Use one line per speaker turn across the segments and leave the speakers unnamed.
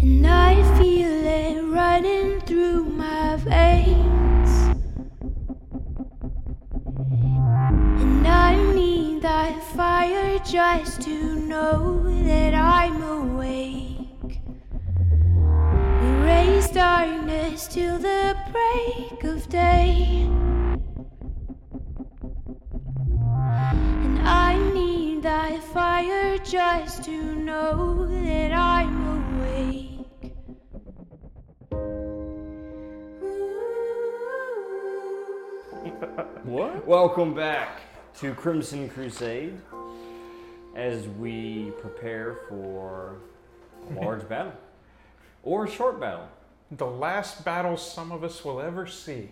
And I feel it running through my veins. And I need that fire just to know that I'm awake. We raise darkness till the break of day. And I need that fire just to know that I'm awake.
What?
Welcome back to Crimson Crusade as we prepare for a large battle or a short battle.
The last battle some of us will ever see.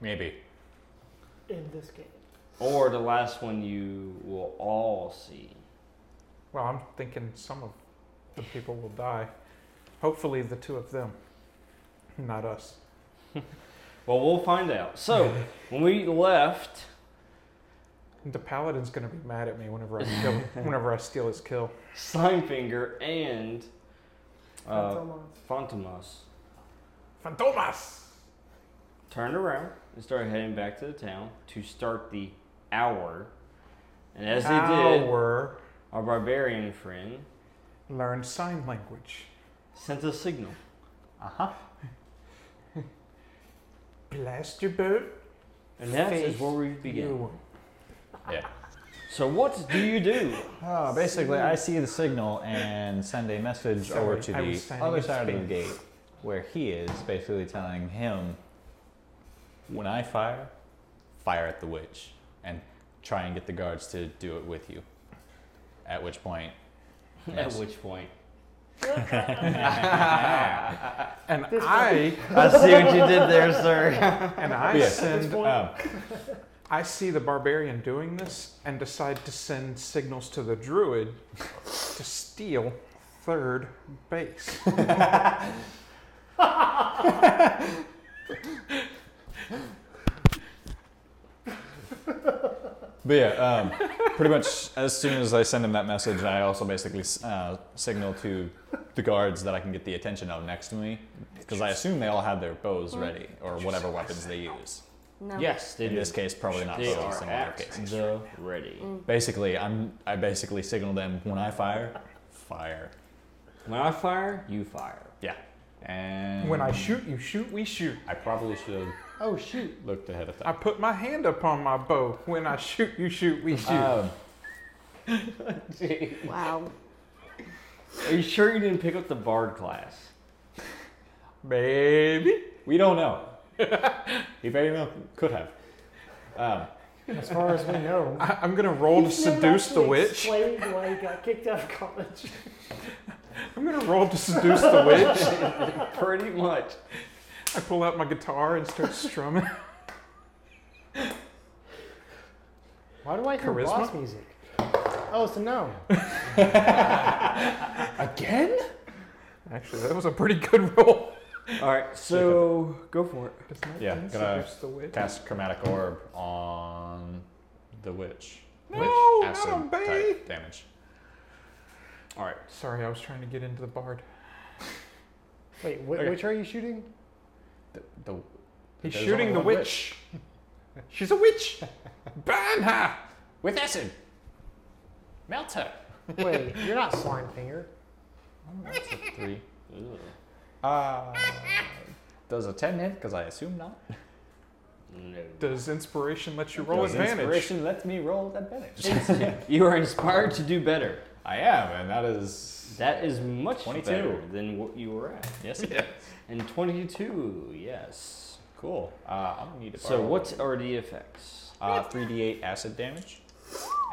Maybe.
in this game.
Or the last one you will all see.
Well, I'm thinking some of the people will die. Hopefully, the two of them, not us.
Well, we'll find out. So, when we left,
The paladin's gonna be mad at me whenever I kill, whenever I steal his kill.
Slimefinger and uh, Fantomas
Fantomas.
turned around and started heading back to the town to start the hour. And as they did,
Our
our barbarian friend
learned sign language.
sent a signal.
Uh huh.
Blast your boat.
And that is
Faith
where we begin.
you.
Yeah.
So what do you do?
Oh, basically, I see the signal and send a message
Sorry,
over to
I was
the
standing
other
in
side of the
space.
gate where he is, basically telling him, when I fire, fire at the witch and try and get the guards to do it with you. At which point,
At which point?
And I
I see what you did there, sir.
and I
Yes.
send.
um,
I see the barbarian doing this and decide to send signals to the druid to steal third base.
But yeah, um, pretty much as soon as I send him that message, I also basically uh, signal to the guards that I can get the attention of next to me, because I assume they all have their bows ready or whatever weapons they use.
No.
Yes, they
In
do.
this case, probably not
They
bows
are
in a lot of
at
cases.
the ready.
Mm. Basically, I'm I basically signal them when I fire, fire.
When I fire, you fire.
Yeah, and
when I shoot, you shoot, we shoot.
I probably should have. Oh shoot! Looked ahead of
I
time.
put my hand up on my bow. When I shoot, you shoot, we shoot.
Um,
Wow.
Are you sure you didn't pick up the bard class?
Baby.
we don't know. he very well could have. Um,
As far as we know.
I, I'm gonna roll to
He's never
seduce the
actually
witch.
Explained why he got kicked out of college.
I'm gonna roll to seduce the witch.
Pretty much.
I pull out my guitar and start strumming.
Why do I hear
Charisma?
boss music? Oh, so no.
Again? Actually, that was a pretty good roll.
All right, so go for it.
Does not
Yeah,
then
gonna
seduce the witch.
cast chromatic orb on the witch.
No,
Witch
not
acid
on Bay.
type damage.
All right.
Sorry, I was trying to get into the bard.
Wait, wh-
Okay.
which are you shooting?
The, the,
He's
there's
shooting
only
the
one
witch. She's a witch. Ban her.
with acid. Melt her.
Wait, you're not slime finger.
That's a three.
Ugh.
Uh, does a ten hit? Because I assume not.
No.
Does inspiration let you roll
Does
advantage?
Inspiration lets me roll advantage.
You are inspired to do better.
I am, and that is
That is much
22.
better than what you were at.
yes. it is.
And 22, yes.
Cool. Uh, I'm gonna need to.
So
borrow-
what are the effects?
Uh, 3d8 acid damage,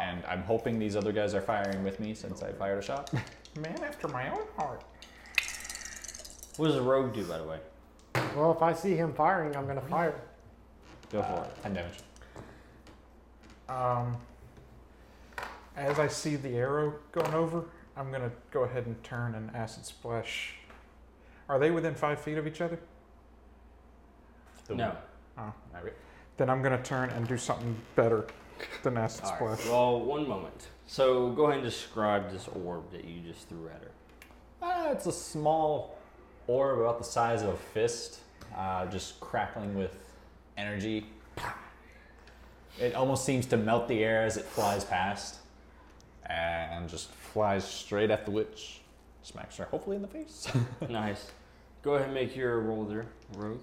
and I'm hoping these other guys are firing with me since I fired a shot.
Man after my own heart.
What does a rogue do, by the way?
Well, if I see him firing, I'm gonna fire.
Go for
Uh,
it.
Ten damage.
Um, as I see the arrow going over, I'm gonna go ahead and turn an acid splash. Are they within five feet of each other?
The-
Uh, No.
I re-
Then I'm gonna turn and do something better than acid
All
splash.
right. Well, one moment. So go ahead and describe this orb that you just threw at her.
Uh, it's a small orb about the size of a fist, uh, just crackling with energy. It almost seems to melt the air as it flies past, and just flies straight at the witch. Smacks her, hopefully in the face.
Nice. Go ahead and make your roll there, Rogue.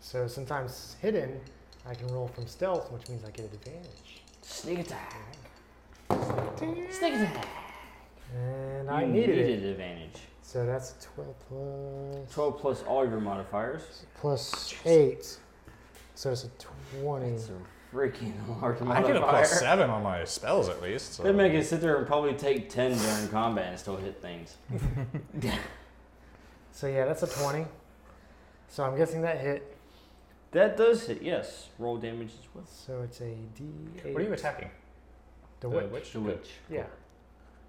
So since I'm s- hidden, I can roll from stealth, which means I get an advantage.
Sneak attack. Sneak attack.
And I
You
needed, it.
needed advantage.
So that's 12 plus...
12 plus all your modifiers.
plus 8. So it's a 20.
That's a freaking large
I get
modifier.
a plus seven on my spells at least. So.
They'd make it sit there and probably take 10 during combat and still hit things.
So yeah, that's a 20. So I'm guessing that hit.
That does hit, yes. Roll damage as well.
So it's a D8.
What are you Uh, attacking?
The witch.
witch.
The witch.
Yeah.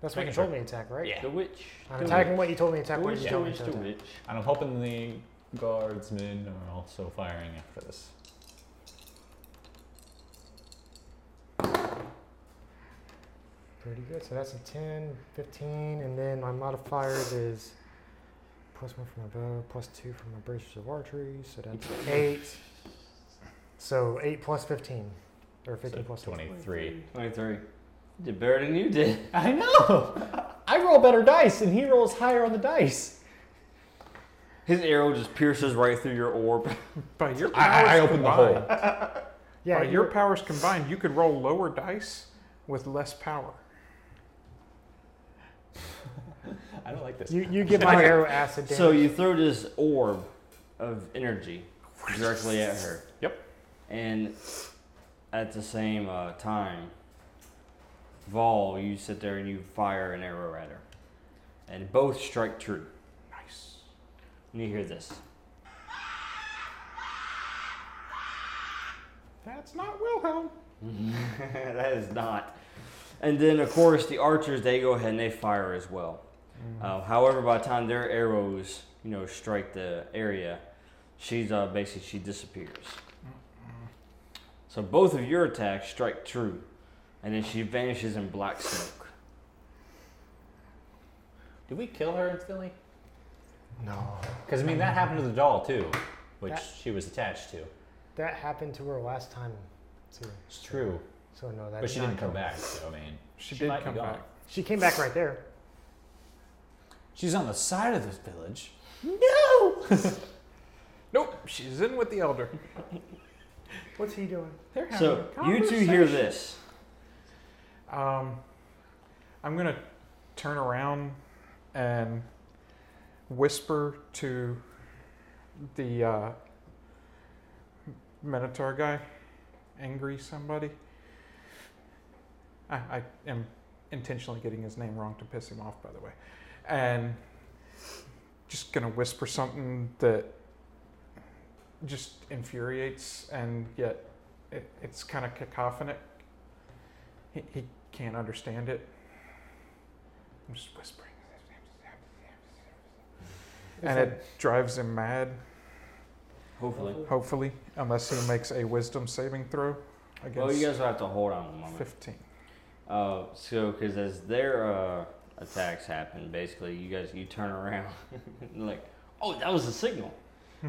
That's what
Making
you
sure.
told me to attack, right?
Yeah.
The witch.
I'm
The
attacking
witch.
what you told me to attack.
The
What
witch,
did you
the
tell me
witch,
to
the
attack?
witch.
And I'm hoping the guardsmen are also firing after this.
Pretty good. So that's a 10, 15, and then my modifiers is plus one from my bow, plus two from my bracers of archery. So that's eight. So eight plus 15, or 15
So
plus 15.
23.
23. Did better than you did.
I know! I roll better dice and he rolls higher on the dice.
His arrow just pierces right through your orb.
By your powers
I, I opened the
combined,
hole.
Yeah,
by your
you're-
powers combined, you could roll lower dice with less power.
I don't like this.
you, you give my arrow acid damage.
So you throw this orb of energy directly at her.
Yep.
And at the same uh, time, Vol, you sit there and you fire an arrow at her. And both strike true.
Nice.
And you hear this.
That's not Wilhelm.
that is not. And then, of course, the archers, they go ahead and they fire as well. Uh, however, by the time their arrows, you know, strike the area, she's uh, basically, she disappears.
Mm.
So both of your attacks strike true. And then she vanishes in black smoke.
Did we kill her instantly?
no.
Because, I mean, that happened to the doll too, which
That-
she was attached to.
That happened to her last time, too.
It's true.
So no, that.
But
did
she
not
didn't come
count.
back, so I mean.
She,
She might
did
be
come
gone.
back.
She came back right there.
She's on the side of this village. No!
Nope, she's in with the elder.
What's he doing?
They're having
So
a
you two hear
conversation.
this.
Um, I'm gonna turn around and whisper to the uh, Minotaur guy, angry somebody. I, I am intentionally getting his name wrong to piss him off, by the way, and just gonna whisper something that just infuriates and yet it, it's kind of cacophonic. He, he can't understand it. I'm just whispering. And it drives him mad,
Hopefully.
hopefully, unless he makes a wisdom saving throw against
Well, you guys will have to hold on a moment.
15.
Uh, so, because as their uh, attacks happen, basically you guys you turn around, and like, oh, that was a signal.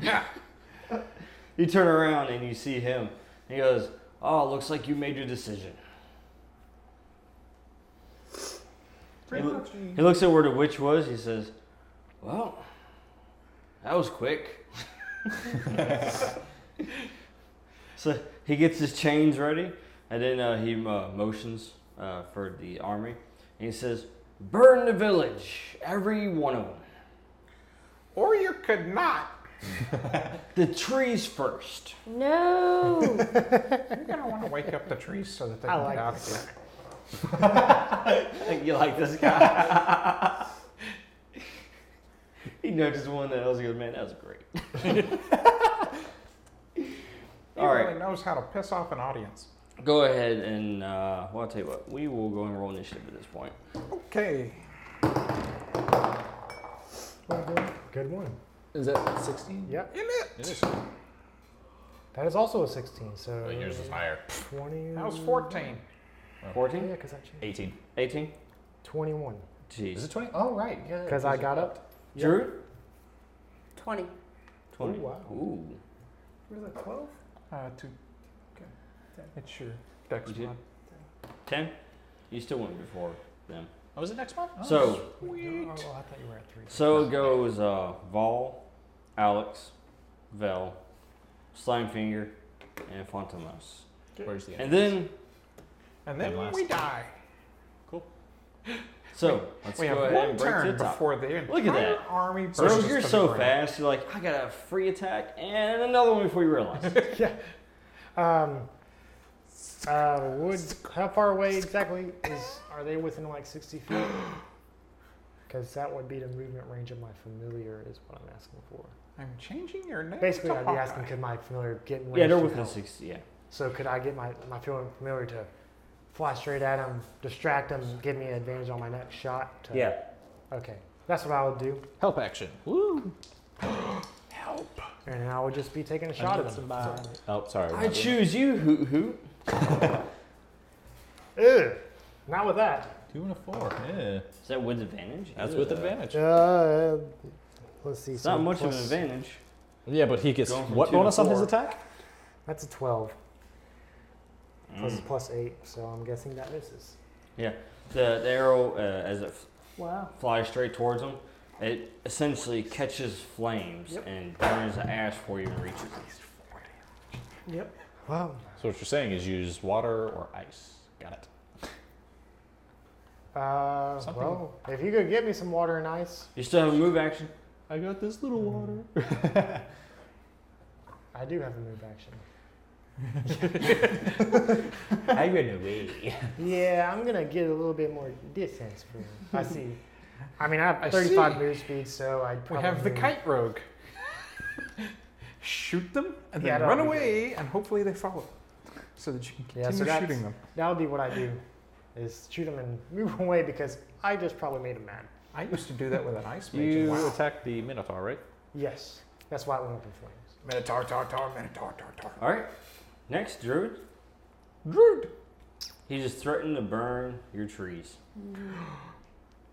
Yeah. you turn around and you see him. He goes, oh, looks like you made your decision. Pretty much. He looks at where the witch was. He says, well, that was quick. so he gets his chains ready. And then uh, he uh, motions uh, for the army, and he says, "Burn the village, every one of them.
Or you could not.
The trees first.
No!
You're going to want to wake up the trees so that they
I
can
like
get out of
this.
here.
you like this guy? he noticed one that else. He goes, "Man, that was great."
He
All
really
right,
knows how to piss off an audience.
go ahead and uh, well, I'll tell you what. We will go and roll initiative at this point.
Okay.
Well, good- Good one.
Is that 16?
Yep.
In it.
It is.
That is also a 16. So
Oh, yours was higher.
20.
That was 14.
Yeah,
14?
because I changed.
18.
18?
21.
Jeez.
Is it 20? Oh, right. Yeah.
Because I got up.
Drew?
Twenty.
Twenty.
Oh, wow.
Ooh.
Where's that? Twelve.
Uh, two.
Okay. Ten.
It's your dex
You did?
mod.
Ten. You still went before them.
Oh, was it next month? Oh,
So
Wait, no, oh, I thought you were at three.
so it goes uh, Vol, Alex, Vel, Slimefinger, and Fontanos.
where's the
And then
And
And
then
last.
we die.
so let's
we
go
have
ahead
one
and break
turn
to the top.
before the entire
Look at that.
army
Bro,
bursts
you're
to the
so
ground.
fast. You're like, I got a free attack and another one before you realize. it.
Um, uh, would how far away exactly is? Are they within like sixty feet? Because that would be the movement range of my familiar, is what I'm asking for.
I'm changing your name.
Basically,
to
I'd be
Hawkeye.
asking, could my familiar get in range?
yeah, they're
to
within
help?
sixty. Yeah.
So could I get my my fam- familiar to fly straight at him, distract him, give me an advantage on my next shot? To, Okay, that's what I would do,
help action.
Help.
and I would just be taking a shot at him.
Oh, sorry.
I choose you, Hoot Hoot.
Ugh, not with that.
Two and a four. Yeah.
Is that with advantage?
That's
Ugh.
with advantage.
Uh, let's see.
It's
so
not much of an
plus-
advantage.
Yeah, but he gets
Going from
what
two to
bonus on his
four.
attack?
That's a twelve. Plus-
Mm.
plus eight, so I'm guessing that misses.
The, the arrow, uh, as it f-
Wow.
flies straight towards him, it essentially catches flames
Yep.
and burns the ash before you even reaches
Yep. Wow.
So what you're saying is use water or ice. Got it.
Uh,
Something-
well, if you could get me some water and ice,
You still have a move action.
I got this little water.
I do have a move action.
I ran away.
Yeah, I'm gonna get a little bit more distance from. I see. I mean, I have
I
35
see.
move speed, so I'd
We
probably.
have the kite rogue. Shoot them and
Yeah,
then
that'll
run
be
away, and hopefully they follow, so that you can
Yeah,
continue
so that's-
shooting them.
That would be what I do, is shoot him and move away because I just probably made him mad.
I used to do that with an ice mage. and
You
wow.
attack the Minotaur, right?
Yes, that's why it went up in flames.
Minotaur, tar, tar, minotaur, tar, tar.
All right. Next, Druid.
Druid.
He just threatened to burn your trees.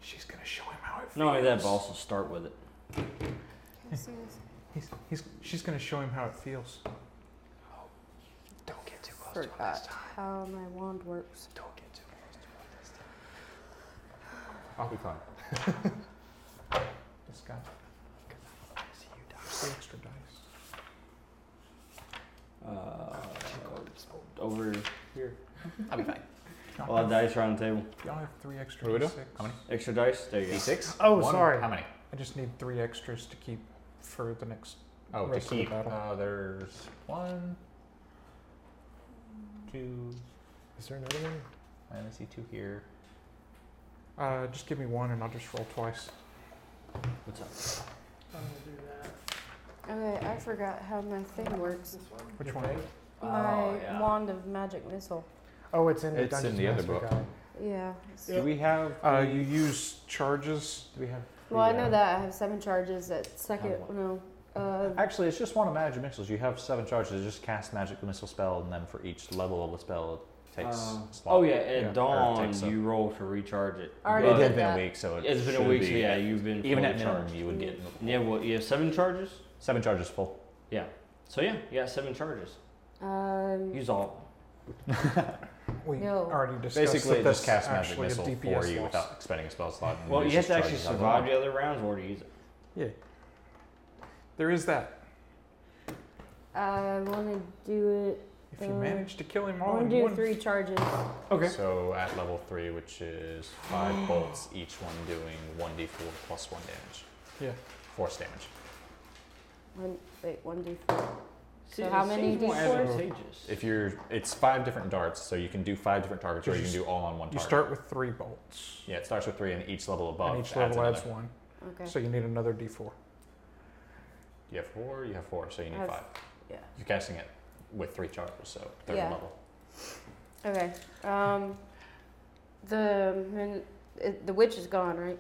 She's gonna show him how it feels.
Not only that, but also start with it.
He's, he's, she's gonna show him how it feels.
Don't get too close to him this
Forgot
time.
how my wand works.
Don't get too close to
I'll
him this time.
be fine. this guy.
I see you die.
The extra dice.
Uh, over here.
I'll be fine.
A lot of dice around the table.
Y'all have three extra
What do we
d6.
do? How many?
Extra dice. There you go.
D6?
Oh, sorry.
How many?
I just need three extras to keep for the next.
Oh, to
Rest of the
keep.
battle.
Uh, there's one, two,
Is there another one?
and I see two here.
Uh, just give me one and I'll just roll twice.
What's up?
I'm gonna do that.
Okay, I forgot how my thing works.
This one.
Which
Your
one?
thing?
My
Oh, yeah.
wand of magic missile.
Oh, it's in the
It's in
Dungeons
the other
Master
book.
guide.
Yeah.
Do we have?
Uh, you use charges.
do we have?
Well, I
the,
know
uh,
that I have seven charges at second.
Have
No. Uh,
Actually, it's just one of magic missiles. You have seven charges. Just cast magic missile spell, and then for each level of the spell, it takes.
Um,
slot.
oh yeah,
Yeah,
at
or it
dawn
takes a-
you roll to recharge it.
I already
It
but
had
did
been
that.
a week, so it
It's been a
should
week,
be-
so yeah, you've been
Even
fully
at minimum,
charged.
you would get
Yeah, well, you have seven charges.
seven charges full.
So yeah, you got seven charges.
um,
Use all.
We
No.
already discussed
Basically,
that
it
that's
just casts magic
actually a
missile
DPS
for you
loss.
without expending a spell slot. and
Well, you have
loses
to actually
charges on the
survive
roll.
the other rounds or to use it.
Yeah. There is that.
I want to do it.
If you
Uh,
manage to kill him
I
all in
want to do
Oh, one,
three charges.
Okay.
So at level three, which is five bolts, each one doing one d4 plus one damage.
Yeah.
Force damage.
One, wait, one d four. So how many D4s?
If you're, it's five different darts, so you can do five different targets, or
You
you can
s-
do all on one
you
target.
start with three bolts.
Yeah, it starts with three, and each level above
and each level
adds
adds,
another.
one.
Okay.
So you need another d4.
You have four. You have four, so you need
I have-
five.
yeah.
You're casting it with three charges, so third
Yeah.
level.
Okay. Um, the min- it, the witch is gone, right?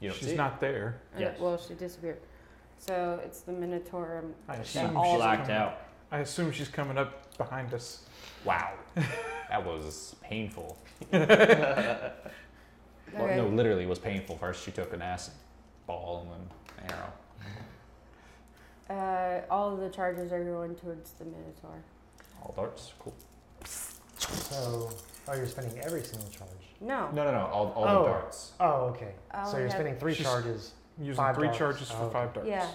You don't
She's
see it.
not there.
Uh,
Yes.
Well, she disappeared. So it's the Minotaur. um,
I
that
She
assume
all-
she's
blacked
coming-
out.
I assume she's coming up behind us.
Wow, that was painful. Well,
Okay.
no, literally it was painful. First, she took an acid ball and then an arrow.
Uh, all of the charges are going towards the Minotaur.
All darts. Cool.
So, oh, you're spending every single charge.
No.
No, no, no. All, all
Oh.
the darts.
Oh, okay.
I
so
only
you're
have-
spending three
She's-
charges.
Using
Five
three
darts.
charges
Oh,
for
okay.
five darts.
Yeah.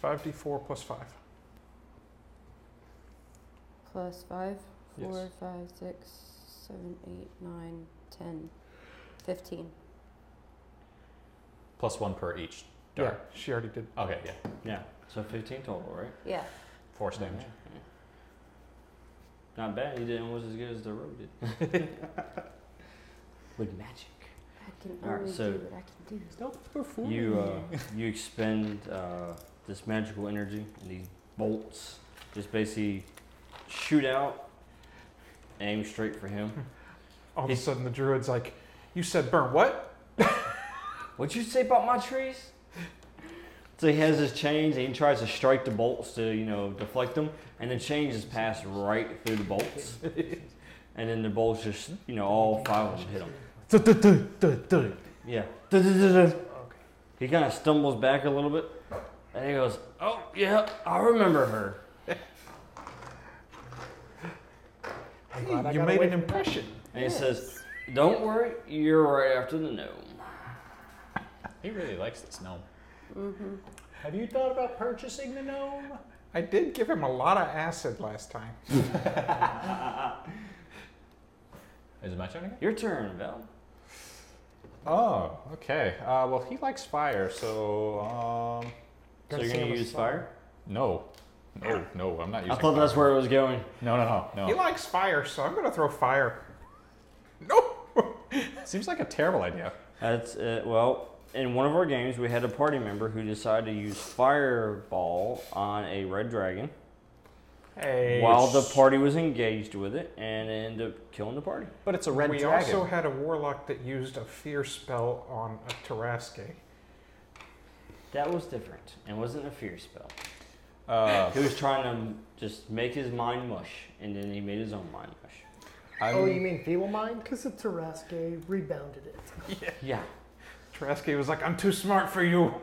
Five D four plus five.
Plus five,
Yes.
four, five, six, seven, eight, nine, ten, fifteen.
Plus one per each
Yeah,
dart.
she already did.
Okay, yeah.
Yeah. So 15 total, right?
Yeah.
Force damage.
Yeah. Not bad. He did almost as good as the rogue did. With magic.
I can
All right,
only
so-
do what I can do.
You uh, you expend uh, this magical energy and these bolts just basically shoot out, aim straight for him.
All of a
He's-
sudden, the druid's like, "You said burn what?"
What'd you say about my trees? So he has his chains and he tries to strike the bolts to, you know, deflect them, and the chains just pass right through the bolts. and then the bolts just, you know, all five of them hit him. Yeah. He kind of stumbles back a little bit, and he goes, "Oh yeah, I remember her."
I'm
Hey,
glad I
you
got
made
away
an
from that.
impression.
And he says, "Don't worry, you're right after the gnome."
He really likes this gnome.
Mm-hmm.
Have you thought about purchasing the gnome?
I did give him a lot of acid last time.
Is it my turn again?
Your turn, Val.
Oh, okay. Uh, well, he likes fire, so um,
So
Gonna
you're
save
gonna
us
use
all.
fire?
no, no, no. I'm not using.
I thought that's
fire.
where it was going.
No, no, no,
He
no.
likes fire, so I'm gonna throw fire. No.
Seems like a terrible idea.
That's uh, well. In one of our games, we had a party member who decided to use fireball on a red dragon
Hey.
while the party was engaged with it, and it ended up killing the party.
But it's a red
we
dragon.
also had a warlock that used a fear spell on a Taraske.
That was different and wasn't a fear spell.
Uh,
He was trying to just make his mind mush, and then he made his own mind mush.
I'm,
Oh, you mean feeble mind?
Because the Tarasque rebounded it.
Yeah.
Taraske was like, "I'm too smart for you.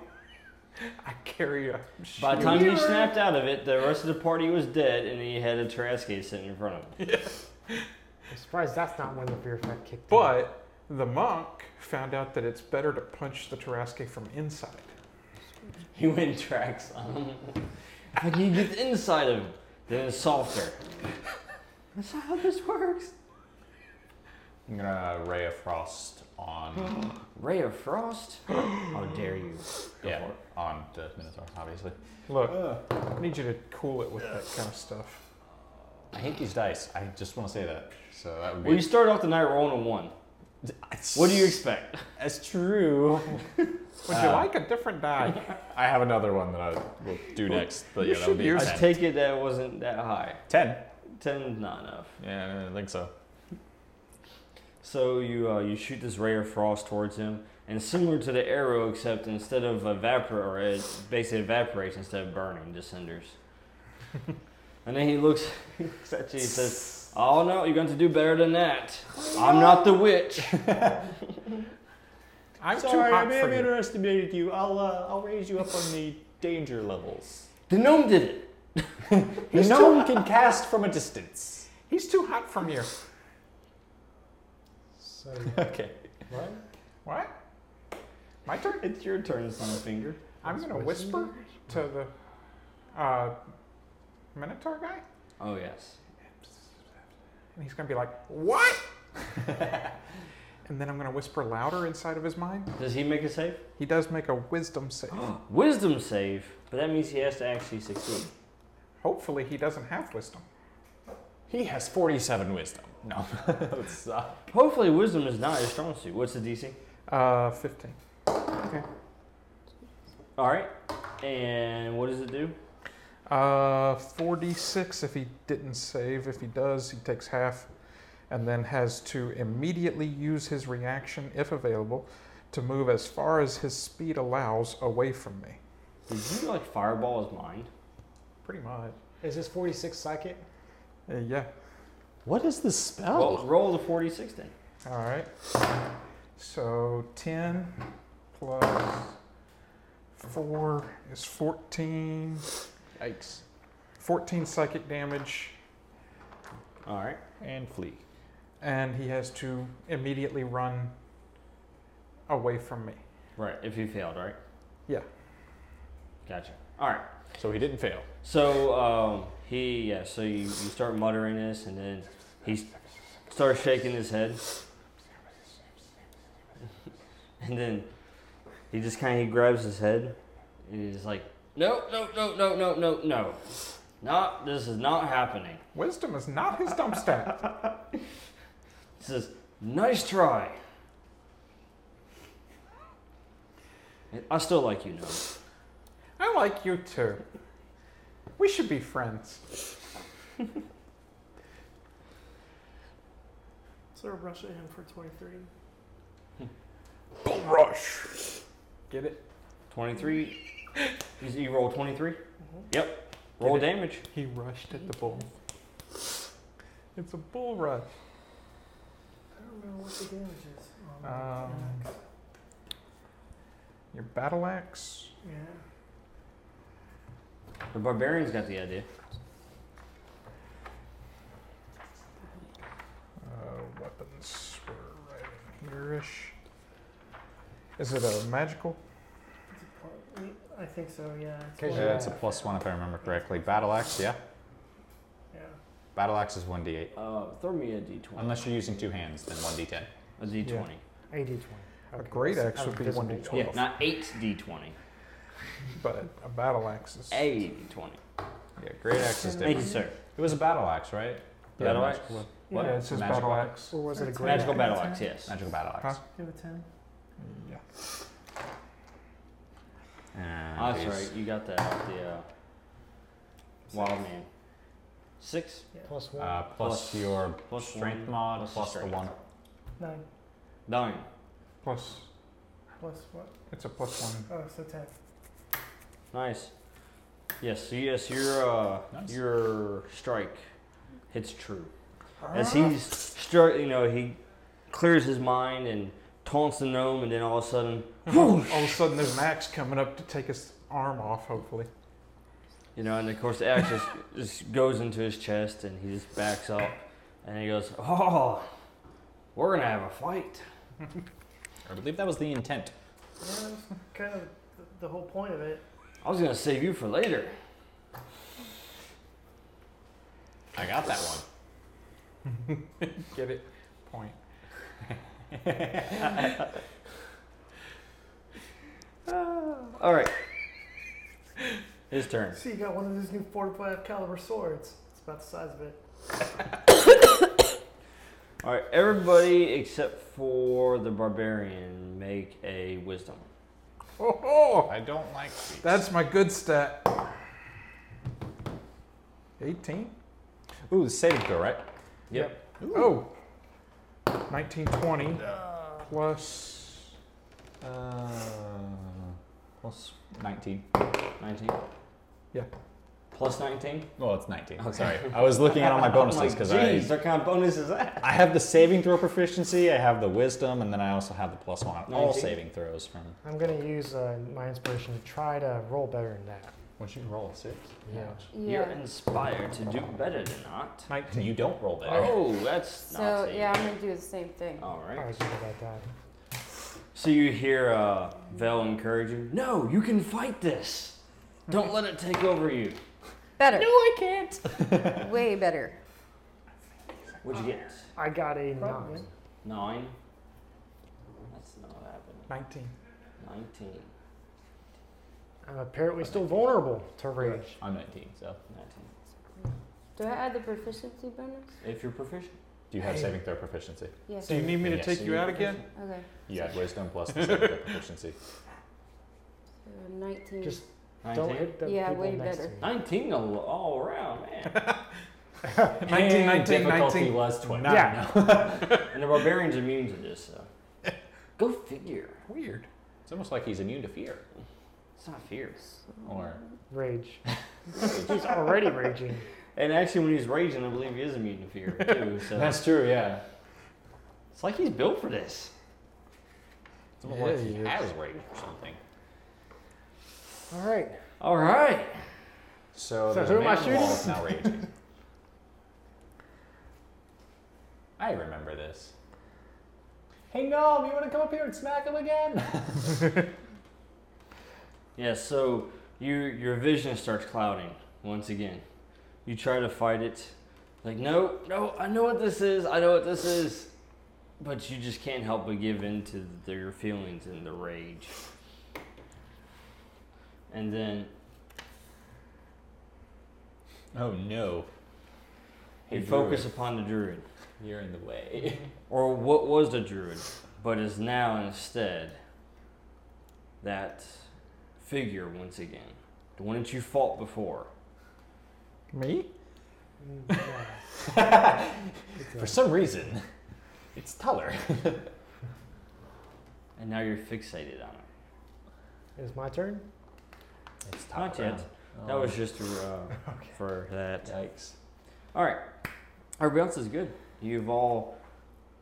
I carry a."
By the time he
shield."
snapped out of it, the rest of the party was dead, and he had a Tarasque sitting in front of him.
I'm surprised that's not when the fear effect kicked in.
But the monk found out that it's better to punch the Taraske from inside.
He went tracks on him. Like you get the inside of him, then it's softer. That's not how this works.
I'm gonna ray of frost on,
Ray of Frost? How dare you? Go
yeah,
for it.
on the minotaur, obviously.
Look, I need you to cool it with that kind of stuff.
I hate these dice. I just want to say that. So that would
Well, you
be.
start off the night rolling a one. What do you expect?
That's true.
Would
Uh,
you like a different die?
I have another one that I will do next, but
You
yeah, that would
should
be a
use-
I
ten.
take it that it wasn't that high.
ten.
Ten's not enough.
Yeah, I don't think so.
So you uh, you shoot this ray of frost towards him, and similar to the arrow, except instead of evaporate, it basically evaporates instead of burning, just cinders. and then he looks at you. He says, "Oh no, you're going to do better than that. I'm not the witch."
I'm too hot for you.
underestimated you. I'll uh, I'll raise you up on the danger levels.
The gnome did it.
The gnome can cast from a distance.
He's too hot from you.
So,
Okay,
what?
What? My turn?
It's your turn, Sunfinger.
I'm
That's
gonna
what's in
whisper to the uh, Minotaur guy,
Oh yes.
and he's gonna be like, "What?" and then I'm gonna whisper louder inside of his mind.
Does he make a save?
He does make a wisdom save.
Oh. Wisdom save, but that means he has to actually succeed.
Hopefully, he doesn't have wisdom.
he has forty-seven wisdom. No, that's uh,
Hopefully, wisdom is not his strong suit. What's the DC?
Uh, 15.
All right. And what does it do?
Uh, 46 if he didn't save. If he does, he takes half and then has to immediately use his reaction, if available, to move as far as his speed allows away from me.
Did you like fireball his mind?
Pretty much.
Is this 46 psychic?
Uh, yeah.
what is this
Roll,
spell?
roll the 46 then.
All right. So 10 plus four is 14.
Yikes.
14 psychic damage,
All right.
And flee.
and he has to immediately run away from me.
Right. If you failed, right?
Yeah.
Gotcha. All right.
So he didn't fail.
So um, he, yeah. So you, you start muttering this, and then he starts shaking his head, and then he just kind of he grabs his head, and he's like, "No, no, no, no, no, no, no, not. This is not happening.
Wisdom is not his dump stat.
This is nice try. I still like you, no.
I like you too. We should be friends.
So rush at him for 23.
Bull rush. Get it?
23. You, you roll 23?
Mhm.
Yep. Roll
Get it.
damage.
He rushed at the bull. It's a bull rush.
I don't remember what the damage is. on the
Um,
axe.
Your battle axe.
yeah.
The barbarian's got the idea.
Uh, weapons were right in here ish. Is it a magical?
It's a part- I think so, yeah. It's
Okay,
one
Yeah,
of
it's a
the-
plus one if I remember correctly. Battle axe, yeah.
Yeah.
Battle axe is 1d8.
Uh, throw me a d20.
Unless you're using two hands, then 1d10.
a d20.
AD 20.
A great
so
axe
I'm
would be
invisible.
1d12.
Yeah, not 8 d20.
But a battle axe is.
A d20.
Yeah, great axe is
Thank you, sir.
different. It was a battle axe, right? The
Battle
magical
axe?
one.
Yeah,
Yeah,
it says
Magic
battle
weapon?
axe.
Or was it a
That's
great
Magical
axe?
battle axe, yes.
Magical battle axe.
Huh?
Give it 10.
Yeah.
Ah, Uh,
Ah, that's
geez.
right. You got that off the uh, wild man. 6
Plus one.
Uh, plus,
Plus-
your
plus
strength
one,
mod,
plus the
plus the
strength.
one.
9.
9.
Plus,
Plus what?
it's a plus one.
Oh, so 10.
Nice. Yes, so yes, your uh,
Nice.
your strike hits true. As he's struck, you know, he clears his mind and taunts the gnome, and then all of a sudden,
All of a sudden, there's an axe coming up to take his arm off, hopefully.
you know, and of course the axe just, just goes into his chest, and he just backs up, and he goes, "Oh, we're gonna have a fight."
I believe that was the intent.
Yeah, that's kind of the, the whole point of it.
I was gonna save you for later.
I got that one.
Get it? Point.
All right, his turn.
So you got one of those new 45 caliber swords. It's about the size of it.
All right, everybody except for the barbarian, make a wisdom.
Oh, oh,
I don't like these.
that's my good stat. 18?
Ooh, the saving throw, right?
Yep.
Oh. 1920
Uh,
plus
Uh, plus 19.
19?
Yeah.
Plus 19?
Well, it's 19.
Okay.
Sorry. I was looking at all my bonuses because
Jeez,
I,
what kind of bonus is that?
I have the saving throw proficiency, I have the wisdom, and then I also have the plus one on all
19.
saving throws from.
I'm going to use uh, my inspiration to try to roll better than that.
Once you can roll a six.
Yeah.
You're
Yeah.
inspired to do better than not.
19.
You don't roll better.
Oh, that's not
So yeah, I'm gonna do the same thing.
All
I
right.
was thinking about that.
So you hear uh, Vel encourage you. No, you can fight this. Don't let it take over you.
Better. No, I can't. Way better.
What'd you get?
I got a
Probably.
nine.
Nine. That's not happening.
19.
Nineteen.
I'm apparently still vulnerable to rage.
I'm 19, so.
Nineteen.
Do I add the proficiency bonus?
If you're proficient.
Do you have saving throw proficiency?
Yes.
Do you need me to
Yes.
take you out again?
Okay.
You had wisdom plus the saving throw proficiency.
So 19.
Just
Nineteen.
don't hit the
Yeah,
people
way
next
better.
to me.
Nineteen all, all around, man.
19, 19,
difficulty
19.
was 20.
Nine.
Yeah.
and the barbarian's immune to this, so. Go figure.
Weird.
It's almost like he's immune to fear.
It's not fierce.
Or
Rage. He's already raging.
And actually, when he's raging, I believe he is immune to fear too. So
true, yeah.
it's like he's built for this.
It's almost
Yeah,
like he
he is.
has rage or something.
All right.
All right.
So,
So
the
who am I
man on the wall
shooting?
is now raging. I remember this. Hey, Nom, you want to come up here and smack him again?
Yeah, so your your vision starts clouding once again. You try to fight it. Like, no, no, I know what this is. I know what this is. But you just can't help but give in to the, your feelings and the rage. And then
oh no,
you
Hey,
focus upon the druid.
you're in the way.
Or what was the druid, but is now instead that figure once again. The one that you fought before.
Me?
Mm, yeah. It's, uh,
For some reason, it's Teller.
And now you're fixated on it.
it's my turn.
It's Oh. Teller.
Not yet. That was just to, uh, for that.
Yikes.
All right. Everybody else is good. You've all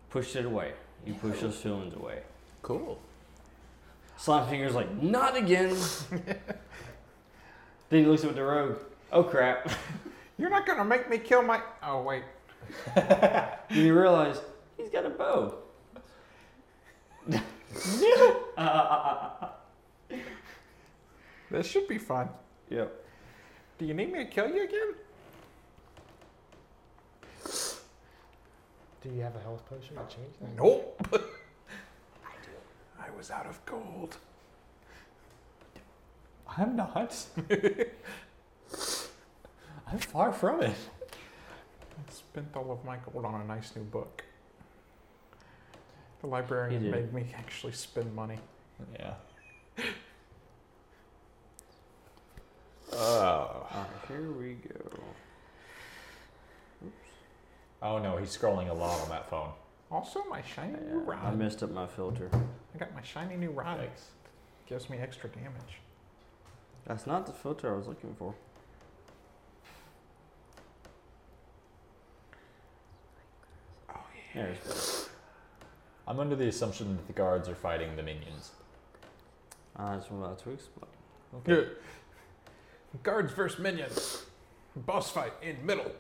pushed it away. You pushed those feelings away.
Cool.
Slime Finger's like, not again. then he looks up at the rogue. Oh, crap.
You're not gonna make me kill my. Oh wait.
Then you realize he's got a bow.
This should be fun.
Yep.
Do you need me to kill you again?
Do you have a health potion to change that?
Nope. I do. I was out of gold.
I'm not. I'm far from it.
I spent all of my gold on a nice new book. The
He
librarian
did.
made me actually spend money.
Yeah. Oh.
All right, here we go.
Oh no, he's scrolling a lot on that phone.
Also, my shiny new
Yeah, I
rod.
messed up my filter.
I got my shiny new rod. Gives me extra damage.
That's not the filter I was looking for. There's
I'm under the assumption that the guards are fighting the minions.
I was about to explain.
Okay. Guards versus minions. Boss fight in middle.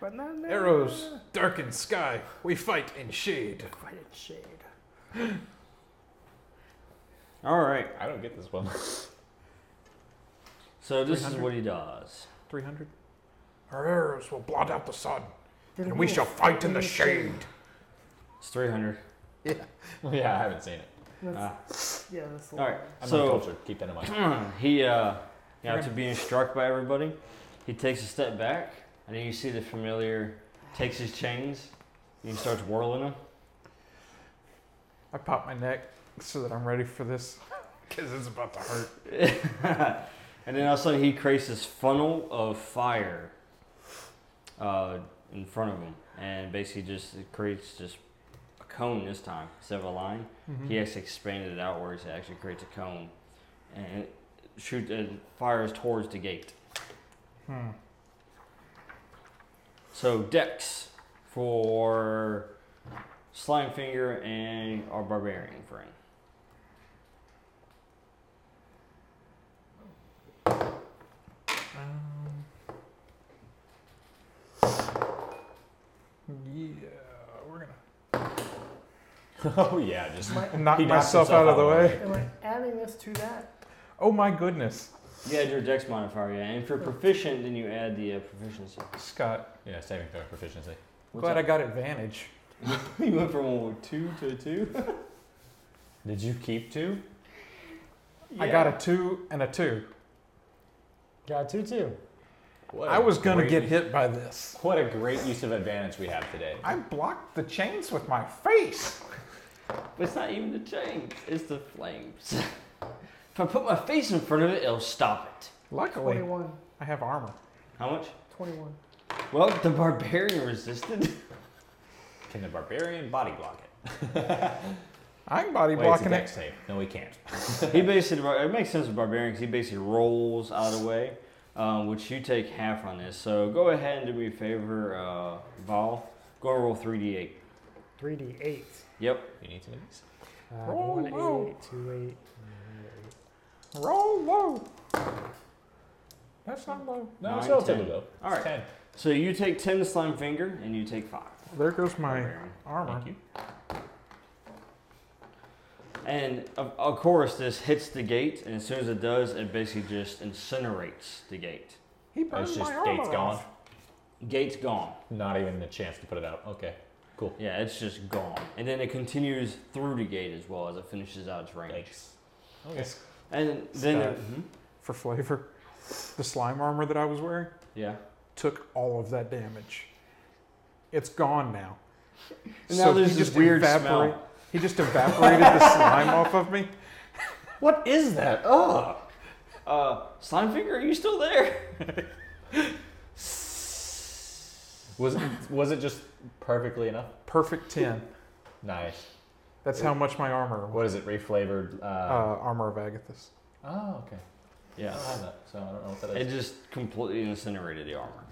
But no, no,
Arrows darken sky. We fight in shade.
Quite a shade.
All right.
I don't get this one.
So this is
300?
what he does.
300. Our arrows will blot out the sun, and
Mm-hmm.
we shall fight in the shade.
It's 300.
yeah, I haven't seen it.
Ah.
Yeah, that's a
All
lot.
right.
I'm
So
uncultured. Keep that in mind.
he, uh, you know, after being struck by everybody, he takes a step back, and then you see the familiar takes his chains, and he starts whirling them.
I pop my neck so that I'm ready for this, because it's about to hurt.
and then all of a sudden he creates this funnel of fire uh, in front of him, and basically just it creates just a cone this time instead of a line.
Mm-hmm.
He actually expanded it outwards. It actually creates a cone, and it shoot and fires towards the gate.
Hmm.
So Dex for Slime Finger and our Barbarian friend.
Um, Um, yeah, we're gonna
oh yeah, just
knock
He knocks
myself out of the way.
And we're adding this to that.
Oh my goodness,
You add your Dex modifier, yeah, and if you're proficient, then you add the uh, proficiency.
Scott.
Yeah, saving throw proficiency.
What's
glad I got advantage.
You went from two to two.
Did you keep two?
I got a two and a two.
Got two two.
What
I
a
was gonna
great-
get hit by this.
What a great use of advantage we have today.
I blocked the chains with my face.
But it's not even the chains; it's the flames. if I put my face in front of it, it'll stop it.
Luckily,
21.
I have armor.
How much?
21.
Well, the barbarian resisted.
Can the barbarian body block it?
I'm body
Wait, it's a
blocking
dex
it.
save. No, he can't.
he basically it makes sense with barbarian because he basically rolls out of the way, um, which you take half on this. So go ahead and do me a favor, uh, Vol. Go and roll three d eight.
Three D eight.
Yep.
You need some of these.
Uh,
Roll,
one
roll.
eight, two eight.
Roll low. That's not low.
No, it's
Nine,
relatively
ten.
low.
All right.
It's ten.
So you take ten slime finger and you take five.
There goes my
Barbarian.
armor.
Thank you.
And of, of course, this hits the gate, and as soon as it does, it basically just incinerates the gate.
He
It's
burned
just
my armor.
gates gone.
off.
Gate's gone.
Not even a chance to put it out. Okay. Cool.
Yeah, it's just gone. And then it continues through the gate as well as it finishes out its range.
Yikes. Okay.
And then,
Scott. mm-hmm.
mhm.
For flavor, the slime armor that I was wearing
yeah.
took all of that damage. It's gone now.
And now there's this weird
evaporate-
smell.
He just evaporated the slime off of me.
What is that? Ugh.
Uh, slime finger, are you still there?
Was it, was it just perfectly enough?
Perfect ten.
Nice.
That's how much my armor. was.
What is it? Reflavored. Uh,
Uh, armor of Agathis.
oh, okay. I
Yeah.
don't have that, so I don't know what that
It
is.
just completely incinerated the armor.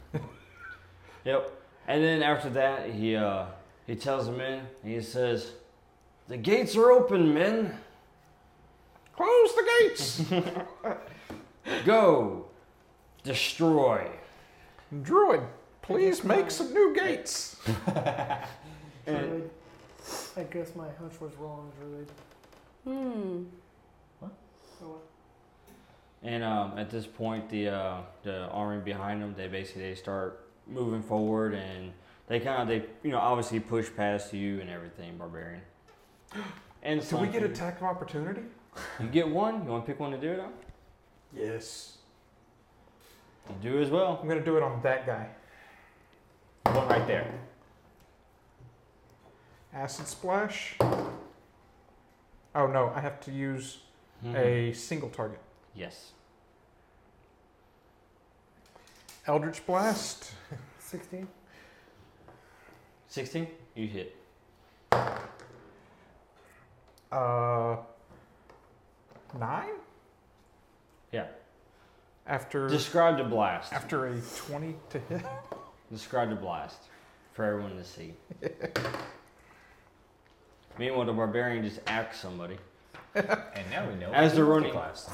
yep. And then after that, he uh, he tells the men, he says, "The gates are open, men.
Close the gates.
Go, destroy."
Druid, please make some new gates.
And
Druid. I guess my hunch was wrong, Druid.
Hmm.
Oh, well.
and um, at this point, the uh, the army behind them, they basically they start moving forward, and they kind of they you know obviously push past you and everything, barbarian. And
Do we get
something-
attack of opportunity?
You get one. You want to pick one to do it on?
Yes.
You do as well.
I'm gonna do it on that guy.
The one right there.
Acid splash. Oh no, I have to use a single target.
yes.
Eldritch blast.
16?
16? You hit.
Uh, nine.
Yeah.
After
Describe the blast.
after a twenty to hit.
Describe the blast for everyone to see. Meanwhile, the barbarian just acts somebody.
And now we know.
As
it's
they're running.
class.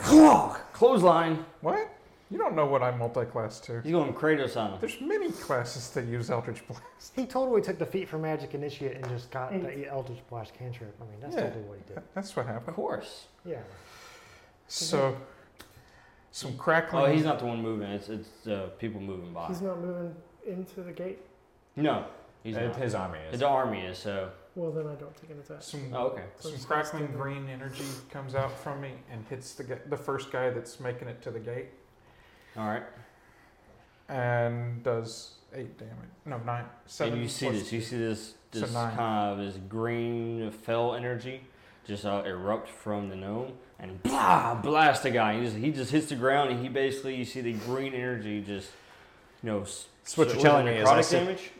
Clothesline.
What? You don't know what I multiclass to.
He's going Kratos on him.
There's many classes that use Eldritch Blast.
He totally took the feat for Magic Initiate and just got
Mm.
the Eldritch Blast cantrip. I mean, that's
Yeah.
totally what he did.
That's what
Of
happened.
course.
Yeah.
So, some
Oh, he's
crackling.
not the one moving. It's it's uh, people moving by.
He's not moving into the gate?
no, he's
It-
not.
His army is.
The army is so.
Well, then I don't take an attack.
Some,
Oh, okay.
some crackling green energy comes out from me and hits the gu- the first guy that's making it to the gate
All right.
and does eight damage. No, nine, seven.
and you see
plus-
this. You see this.
So
This
nine.
kind of this green fell energy just uh, erupt from the gnome and blah blast the guy. He just, he just hits the ground and he basically you see the green energy just you know. s-
That's what
so
you're
it was
telling
a
me is I
necrotic
see-
damage.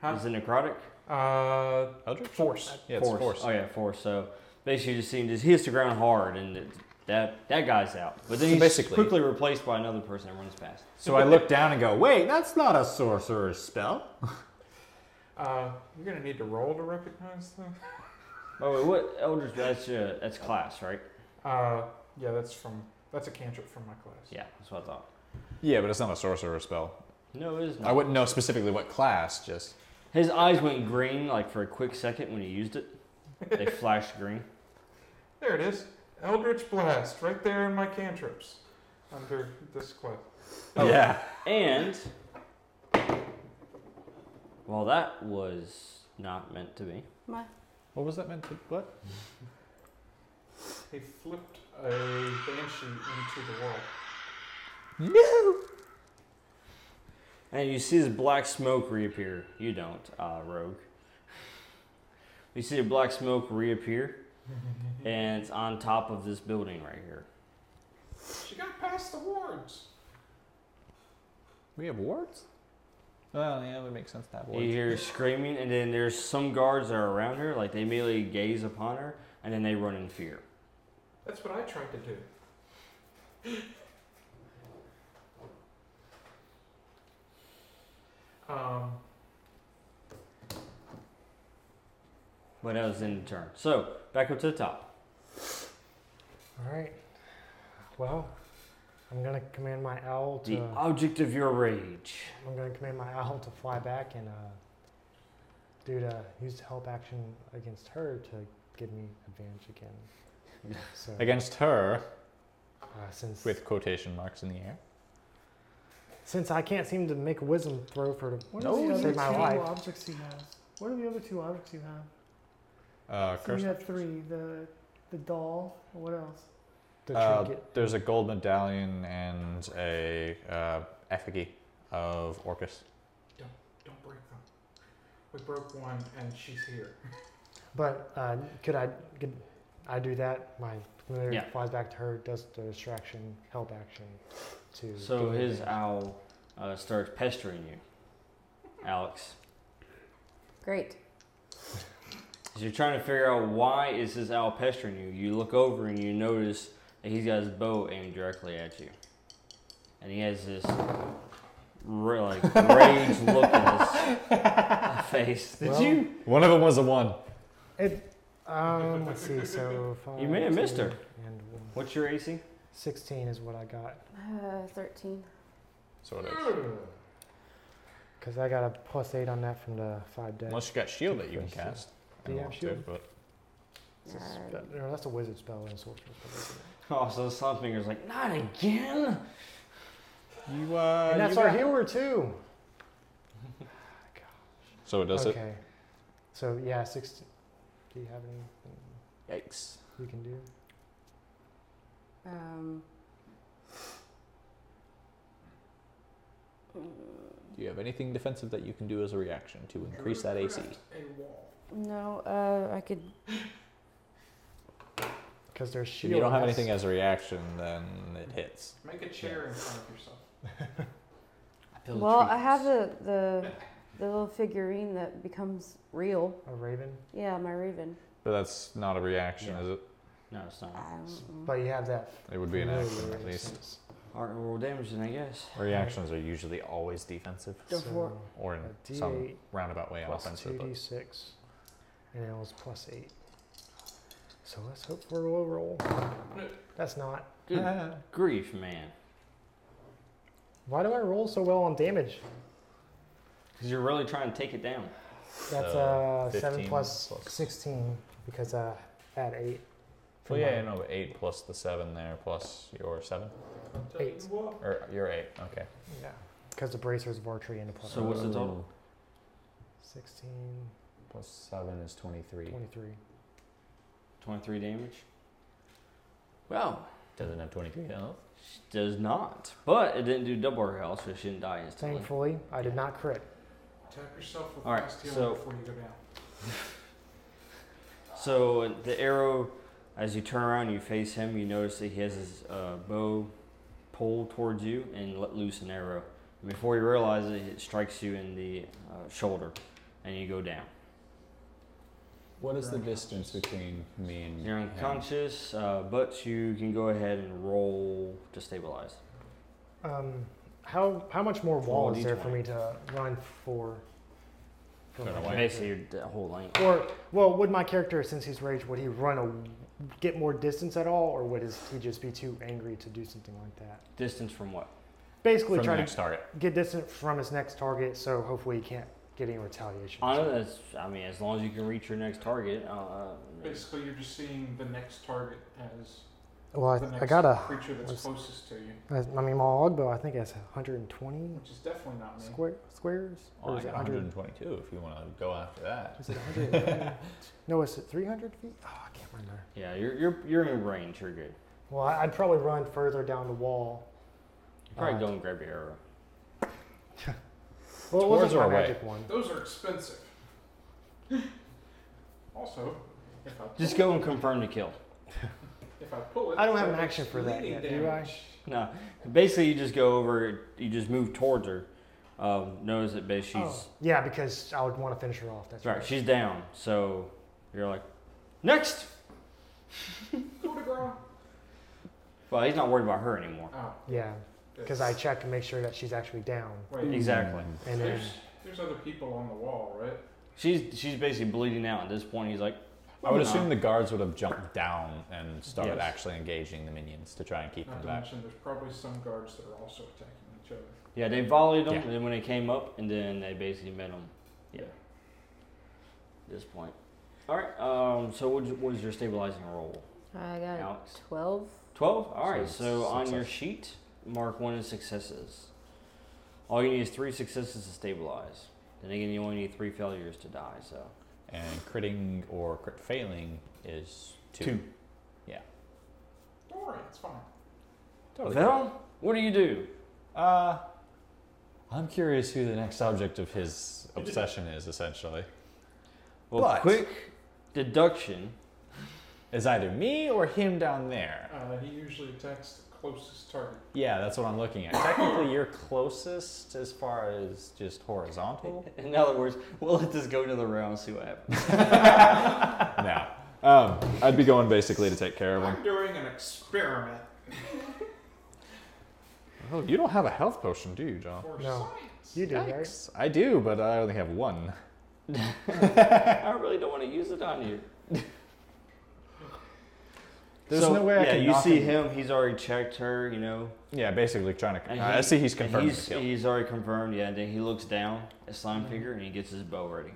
Huh?
Is it necrotic?
Uh,
Eldritch?
force.
Yeah, it's force.
Oh yeah, force. So basically, you just see him just hits the ground hard and it, that that guy's out. But then
So
he's
basically-
quickly replaced by another person that runs past.
So I look down and go, wait, that's not a sorcerer's spell.
Uh, you're gonna need to roll to recognize them.
Oh wait, what eldritch? That's uh, that's class, right?
Uh, yeah, that's from that's a cantrip from my class.
Yeah, that's what I thought.
Yeah, but it's not a sorcerer's spell.
No, it is not.
I wouldn't know specifically what class, just.
His eyes went green like for a quick second when he used it. They flashed green.
There it is. Eldritch Blast, right there in my cantrips, under this cliff.
Oh.
Yeah.
And well, that was not meant to be.
My.
What was that meant to. What?
He flipped a banshee into the wall.
And you see this black smoke reappear. You don't, uh, rogue. You see the black smoke reappear, and it's on top of this building right here.
She got past the wards.
We have wards? Well, yeah, it would make sense to have
You hear screaming, and then there's some guards that are around her. Like they immediately gaze upon her, and then they run in fear.
That's what I tried to do. um,
But that was in turn. So back up to the top.
All right. Well, I'm gonna command my owl to.
The object of your rage.
I'm gonna command my owl to fly back and uh, do to use the help action against her to give me advantage again. So
Against her,
uh, since
with quotation marks in the air.
since I can't seem to make a wisdom throw for
What are
No,
the other
save
two
my life.
objects you have? What are the other two objects you have?
Uh,
So
curse.
you have three. The the doll. and What else?
the
Uh,
trinket.
there's a gold medallion and a uh, effigy of Orcus.
Don't break them. We broke one, and she's here.
But uh, could I could I do that? My familiar
Yeah.
flies back to her, does the distraction help action to.
So
give me
his
advantage.
owl uh, starts pestering you, Alex.
Great.
As you're trying to figure out why is his owl pestering you, you look over and you notice that he's got his bow aimed directly at you, and he has this re- like rage look in his face.
Did Well- you-
One of them was a one.
It. Um, let's see. So five,
You may have missed her.
two, And one.
What's your AC?
sixteen is what I got
Uh, 13.
So it is.
because I got a plus eight on that from the five deck.
Unless you got shield that you can cast. I
Do you
don't
have
want to,
shield?
but-
It's a spe- no, that's a wizard spell and a sorcerer's spell. isn't it?
Oh, so Sunfinger's like, not again.
You, uh,
and that's
you
our
got-
healer too.
So it does
okay. So yeah, sixteen. Do you have anything
it. Yikes.
you can do?
Um, mm,
Do you have anything defensive that you can do as a reaction to increase that AC?
A wall.
no, uh, I could.
Because there's
If
shield.
you don't have
and
anything
that's-
as a reaction, then it hits.
Make a chair in front of yourself.
feel the
well, I
trees.
have the, the the little figurine that becomes real.
a raven,
Yeah, my raven.
But that's not a reaction,
Yeah.
is it?
No, it's
I
not.
don't know.
but you have that.
It would be an
familiar
action at least.
sense.
Art and world damage, then I guess.
Reactions are usually always defensive
Go for it.
So,
or in
a
some
D8
roundabout way
plus
offensive. but-
2d6, and it was plus 8. So let's hope for a low roll. That's not.
Good grief, man.
Why do I roll so well on damage?
Because you're really trying to take it down.
That's
Uh,
uh, 7
15
plus,
plus-
16 because uh, I had 8.
Well,
from
yeah,
my-
yeah, no, but eight plus the seven there plus your seven
Eight.
or your eight. uh, Okay.
Yeah. Because the bracers of archery and a plus
So what's the total?
16,
Plus seven is twenty-three.
23.
23 damage. Well,
Doesn't have twenty-three health.
she does not. But it didn't do double her health, so she didn't die instantly.
Thankfully, I did not crit.
Tap yourself with
All right,
fast healing
so-
before you go down.
So the arrow, as you turn around, you face him. You notice that he has his uh, bow pulled towards you and let loose an arrow. And before you realize it, it strikes you in the uh, shoulder, and you go down.
What is the distance between me and
You're
him?
unconscious, uh, but you can go ahead and roll to stabilize.
Um, how, how much more wall
Roll
is there for
D20.
me to run for? for
Don't know
my
why.
character?
Basically, your d- whole length.
Or, well, would my character, since he's rage, would he run a, get more distance at all, or would his, he just be too angry to do something like that?
Distance from what?
Basically,
From the
try
next
to
target.
get distant from his next target, so hopefully he can't get any retaliation.
I, don't know, that's, I mean, as long as you can reach your next target. Uh,
Basically, you're just seeing the next target as
well,
the
I,
next
I got a,
creature that's
let's-
closest to you,
I mean, my ogbo, I think it's 120
which is definitely not me.
square, squares,
Oh, I
is
got 122 if you want to go after that.
Is it 100? no, is it 300 feet? Oh, I can't remember.
yeah, you're, you're, you're in range. You're good.
Well, I- I'd probably run further down the wall.
You probably
Uh,
go and grab your arrow.
Well, it
Towards
wasn't my
or away?
magic one.
Those are expensive. also, if I pull,
Just go and confirm the kill.
If I pull it,
I don't have an
that
action
makes
for that
bleeding
yet, do I?
damage.
No, basically you just go over, you just move towards her. Um, notice that bas- she's
Oh, yeah, because I would want to finish her off. That's
that's right, she's down. So you're like, next.
Coup de grace.
Well, he's not worried about her anymore.
Oh,
Yeah, because I check to make sure that she's actually down.
wait.
Exactly.
Hmm.
And then,
There's, there's other people on the wall, right?
She's she's basically bleeding out at this point. He's like,
I would
Maybe
assume
not.
the guards would have jumped down and started
Yes.
actually engaging the minions to try and keep
Not
them
to
back.
mention, there's probably some guards that are also attacking each other.
Yeah, they volleyed them,
Yeah.
and then when they came up, and then they basically met them. Yeah. At this point. All right. Um. So what is, what is your stabilizing roll,
uh,
I got
Alex?
12.
Twelve. All right.
So
So, on your
success.
sheet, mark one as successes. All you need is three successes to stabilize. Then again, you only need three failures to die. So
And critting or crit failing is two.
Two.
Don't worry, it's fine.
Totally.
Vel, what do you do?
Uh, I'm curious who the next object of his obsession is, essentially.
Well,
But-
quick deduction.
Is either me or him down there.
Uh, he usually attacks the closest target.
Yeah, that's what I'm looking at. Technically, you're closest as far as just horizontal.
In other words, we'll let this go another round and see what happens.
no. Um, I'd be going basically to take care of him.
I'm doing an experiment
Oh, you don't have a health potion, do you, John?
for
No.
science.
You do, right?
Yikes. I do, but I only have one.
I really don't want to use it on you.
There's no way I
yeah,
can
you
knock
see him. He's already checked her. You know.
Yeah, basically trying to.
and
I
he-
see he's
and
confirmed
He's,
the kill.
he's already confirmed. Yeah. And then he looks down at slime finger and he gets his bow ready.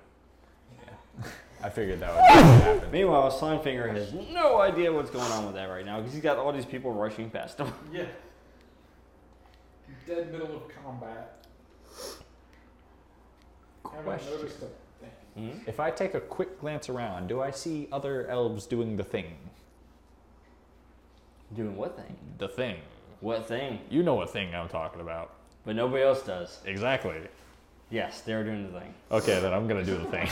I figured that would happen.
Meanwhile, slime finger has no idea what's going on with that right now because he's got all these people rushing past him.
Yeah. Dead middle of combat. Haven't
Question.
noticed a thing.
Mhm.
If I take a quick glance around, do I see other elves doing the thing?
Doing what thing?
The thing.
What thing?
You know what thing I'm talking about.
But nobody else does.
Exactly.
Yes, they're doing the thing.
Okay, then I'm gonna do the thing.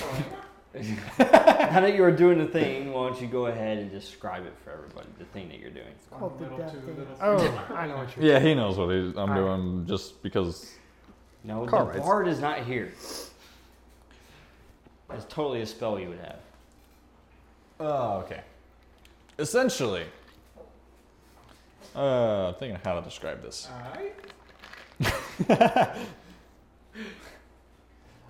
Now that you're doing the thing, why don't you go ahead and describe it for everybody? The thing that you're doing.
called the
One middle,
death
two
thing.
middle, three.
Oh, I know what you're
yeah, he knows what he's, I'm
Alright.
doing just because.
No,
Car
the
rides.
bard is not here. That's totally a spell you would have.
Oh, okay. Essentially, uh, I'm thinking of how to describe this.
Alright.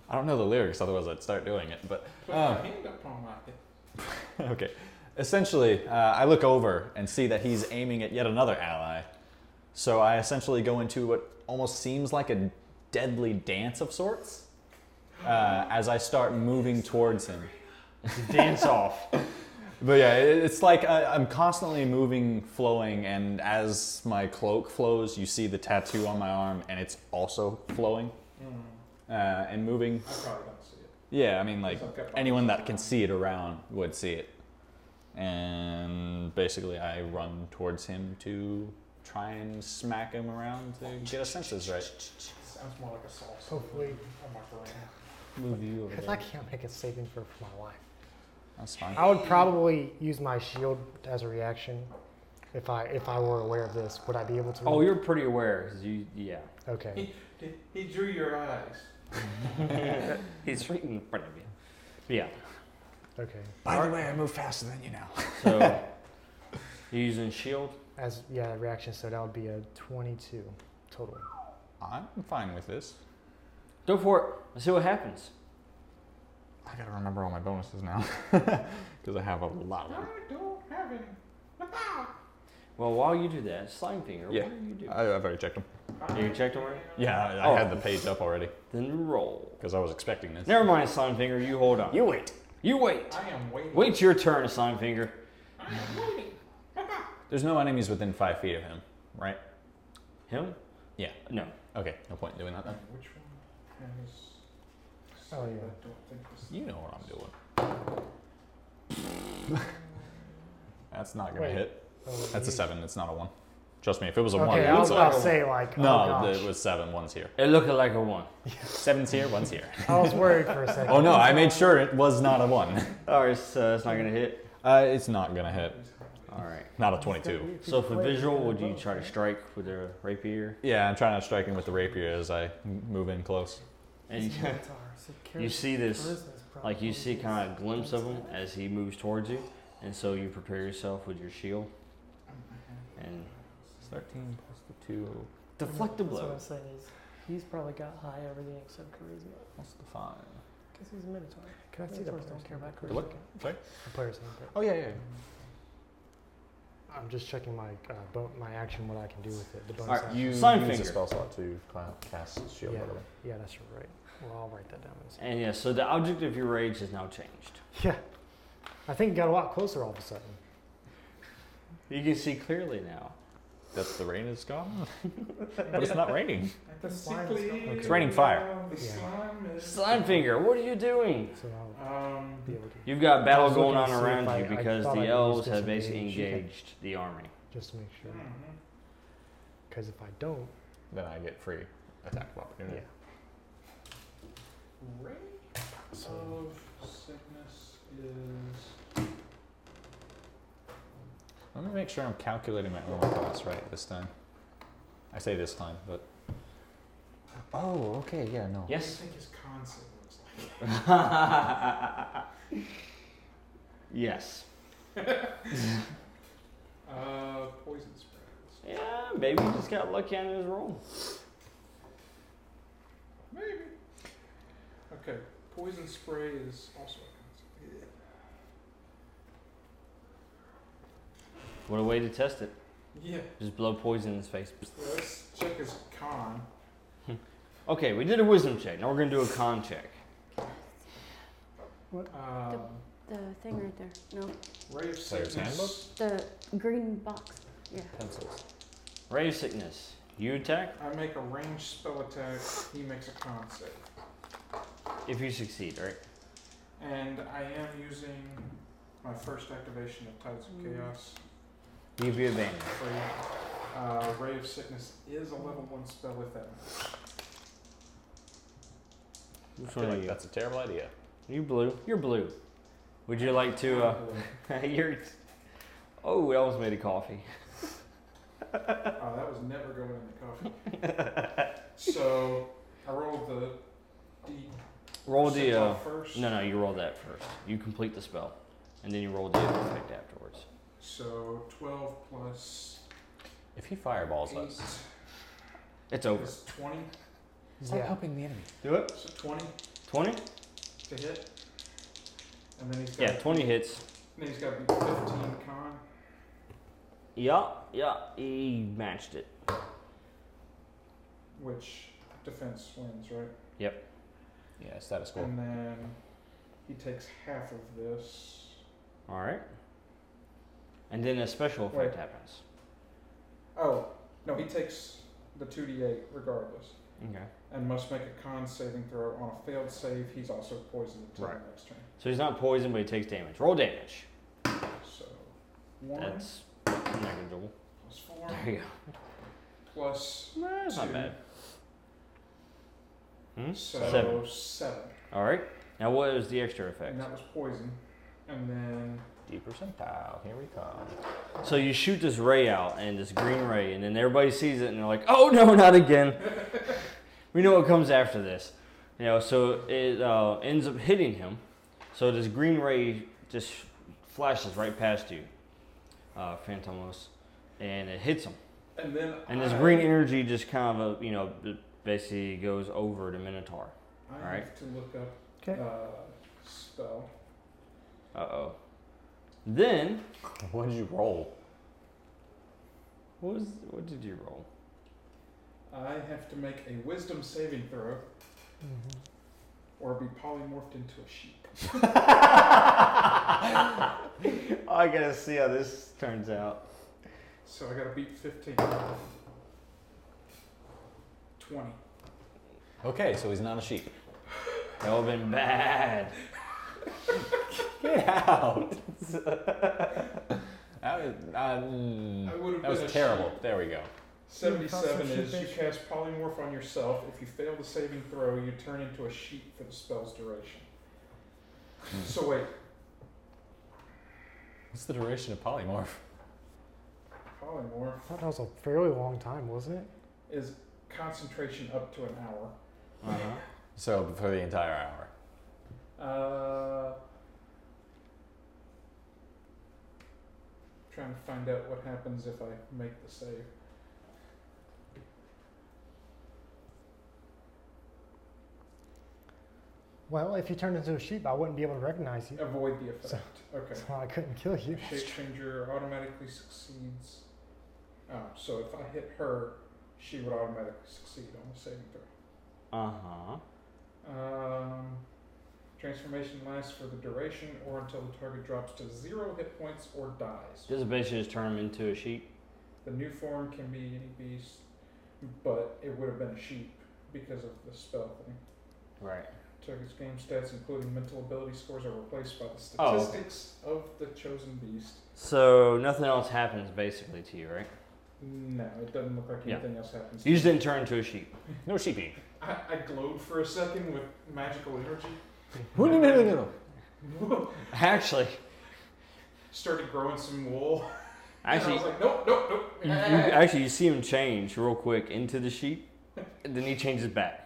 I don't know the lyrics, otherwise I'd start doing it. But
Put
Oh.
my hand up on my hip.
okay. Essentially, uh, I look over and see that he's aiming at yet another ally. So I essentially go into what almost seems like a deadly dance of sorts uh, as I start moving towards him.
Dance off.
But yeah, it- it's like I, I'm constantly moving, flowing, and as my cloak flows, you see the tattoo on my arm, and it's also flowing
Mm,
uh, and moving.
I probably don't see it.
Yeah, I mean, like
It's okay.
anyone that can see it around would see it. And basically, I run towards him to try and smack him around to get a senses right.
Sounds more like a salsa.
Hopefully.
On my brain.
Move you over
Because I
there.
can't make a saving throw for my life.
That's fine.
I would probably use my shield as a reaction. If I if I were aware of this, would I be able to?
Oh, you're pretty aware. 'cause you, yeah.
okay.
He, he drew your eyes.
He's right in front of you. Yeah.
Okay.
By the way, I move faster than you now.
So you're using shield.
As yeah, reaction. So that would be a twenty-two total.
I'm fine with this.
Go for it. Let's see what happens.
I gotta remember all my bonuses now because I have a lot of
I
them.
don't have any.
Well, while you do that, slime finger.
Yeah.
What do you do?
I, I've already checked them.
you checked already?
Yeah, I, I
Oh.
had the page up already
Then roll.
because I was expecting this.
Never mind, slime finger. You hold on. You wait. You wait.
I am waiting.
Wait your turn, slime finger.
There's no enemies within five feet of him, right?
Him?
Yeah.
No.
Okay, no point in doing that
Uh,
then.
Which one has.
Oh, yeah.
I don't think this
You know what I'm doing. That's not gonna
Wait.
hit.
Oh,
That's a
you-
seven. It's not a one. Trust me, if it was a one,
Okay,
it
I
would
was
say.
about to say like. oh,
no,
gosh.
it was seven. One's here.
It looked like a one.
Seven's here. One's here.
I was worried for a second.
Oh no, I made sure it was not a one.
All right, so Oh, it's not gonna hit.
Uh, it's not gonna hit.
is
All right.
Not a twenty-two.
So for visual, would you try to strike with a rapier?
Yeah, I'm trying to strike him with the rapier as I m- move in close.
And you, you see this, like you see kind of a glimpse of him as he moves towards you, and so you prepare yourself with your shield and
Thirteen plus the two
deflect the
That's what
blow.
I'm saying is he's probably got high everything except charisma
plus the five.
because he's a minotaur.
Can I see
That's
that?
what I
player's
don't care
name?
about.
Quick.
The what? Sorry?
The player's name. quick.
Oh yeah, yeah.
I'm just checking my uh, bo- my action, what I can do with it. The bonus
Alright,
action.
You
Sign
use
finger.
a spell slot to cla- cast shield,
yeah,
by the way.
yeah, that's right. Well, I'll write that down. in a second.
And yeah, so the object of your rage has now changed.
Yeah, I think it got a lot closer all of a sudden.
You can see clearly now.
That the rain is gone? but it's not raining.
The slime is gone.
It's raining fire.
The
Yeah.
slime is-
Slime finger, what are you doing?
So I'll
Um,
be able to
You've got battle
I was looking
going on
to see if
around
I-
you
I
because
thought I
the
could
elves
use
have basically
disengage.
engaged the army.
just to make sure.
mhm.
Because if I don't,
Then I get free attack of opportunity.
yeah.
Ray
So
of sickness is
Let me make sure I'm calculating my armor class right this time. I say this time, but. Oh, okay, yeah, no.
what do you
Yes?
think his concept looks like?
yes.
Uh, poison spreads.
Yeah, maybe he Uh, just got lucky on his roll.
Maybe. Okay, poison spray is also a concept.
What a way to test it.
Yeah.
Just blow poison in his face.
Let's check his con.
Okay, we did a wisdom check. Now we're going to do a con check.
Um,
The thing right there. No,
Ray of
Player's
sickness.
the green box. Yeah.
Pencils.
Ray of sickness. You attack
I make a ranged spell attack. He makes a con save.
if you succeed, right?
And I am using my first activation of Tides of
Mm.
Chaos.
Give you advantage.
Free. Uh, Ray of Sickness is a level one spell with that.
I feel like that's a terrible idea.
You blue. You're blue. Would you like to? Uh, you're. Oh, we almost made a coffee.
oh, that was never going in the coffee. so I rolled the D.
Roll the. Uh,
percentile first.
no, no, you roll that first. You complete the spell, and then you roll the other effect afterwards.
So twelve plus
If he fireballs
eight
us.
It's over.
is twenty.
Stop Yeah.
helping the enemy.
Do it.
So twenty
Twenty.
to hit. And then he's got
Yeah, twenty hits.
Then he's got to be fifteen con.
Yeah, yeah. He matched it.
Which defense wins, right?
Yeah, status quo.
And then he takes half of this.
All right. And then a special effect
Wait.
happens.
Oh, no, he takes the 2d8 regardless
Okay.
and must make a con saving throw. On a failed save, he's also poisoned until
Right.
the next turn.
So he's not poisoned, but he takes damage. Roll damage.
So, 1
That's negligible.
plus 4
There you
plus
go. Nah, That's not
Two.
bad. Hmm?
so
Seven.
7.
All right. Now, what is the extra
And
effect?
that was poison. And then
D percentile. Here we come.
So you shoot this ray out and this green ray, and then everybody sees it and they're like, "Oh no, not again!" we know what comes after this, you know. So it uh, ends up hitting him. So this green ray just flashes right past you, uh, Phantomos, and it hits him.
and then
And this
I,
green energy just kind of, uh, you know, b- basically goes over to Minotaur.
I have
alright.
to look up
Okay.
uh, spell.
Uh oh. Then
What did you roll?
what was what did you roll?
I have to make a wisdom saving throw or be polymorphed into a sheep.
I gotta see how this turns out.
So I got to beat 15. 20.
Okay, so he's not a sheep.
That would have been bad.
Get out. that was, uh, mm,
I would've
that was
been a
terrible.
sheep.
There we go.
77
Sheep
is you
based-
cast polymorph on yourself. If you fail the saving throw, you turn into a sheep for the spell's duration. So wait,
What's the duration of polymorph?
polymorph
I thought that was a fairly long time, wasn't it?
is concentration up to an hour.
Uh-huh.
So for the entire hour.
Uh, trying to find out what happens if I make the save.
Well, if you turned into a sheep, I wouldn't be able to recognize you.
Avoid the effect. Okay.
So I couldn't kill you.
Shape changer automatically succeeds. Oh, so if I hit her, she would automatically succeed on the saving throw.
Uh huh.
Um, transformation lasts for the duration or until the target drops to zero hit points or dies.
This is basically just turn him into a sheep.
The new form can be any beast, but it would have been a sheep because of the spell thing.
Right.
Target's game stats, including mental ability scores, are replaced by the
Oh, okay.
statistics of the chosen beast.
So nothing else happens basically to you, right?
No, it doesn't look like
Yeah.
anything else happens.
You just didn't turn into a sheep.
No sheepy.
I, I glowed for a second with magical energy.
No, no, no, no, no.
Actually,
Started growing some wool. and I
actually,
was like, nope, nope, nope.
you, you, actually, you see him change real quick into the sheep, and then he changes back.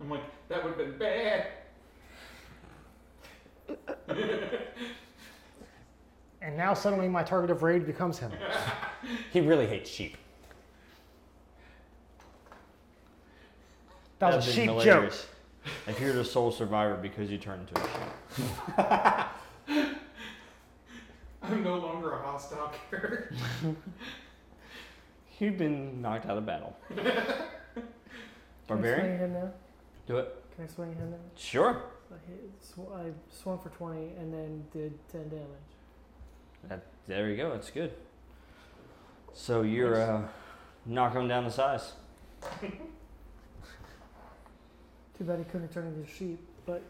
I'm like, that would have been bad.
And now suddenly my target of raid becomes him.
He really hates sheep.
That was a
That'd be
sheep joke.
hilarious. If you're the sole survivor because you turned into a sheep.
I'm no longer a hostile character.
You've been knocked out of battle.
Can I
Barbarian?
swing him now?
Do it.
Can I swing him now?
Sure.
I, hit, sw- I swung for 20 and then did 10 damage.
That, there you go. That's good. So you're uh, knocking him down the size.
Too bad he couldn't turn into a sheep, but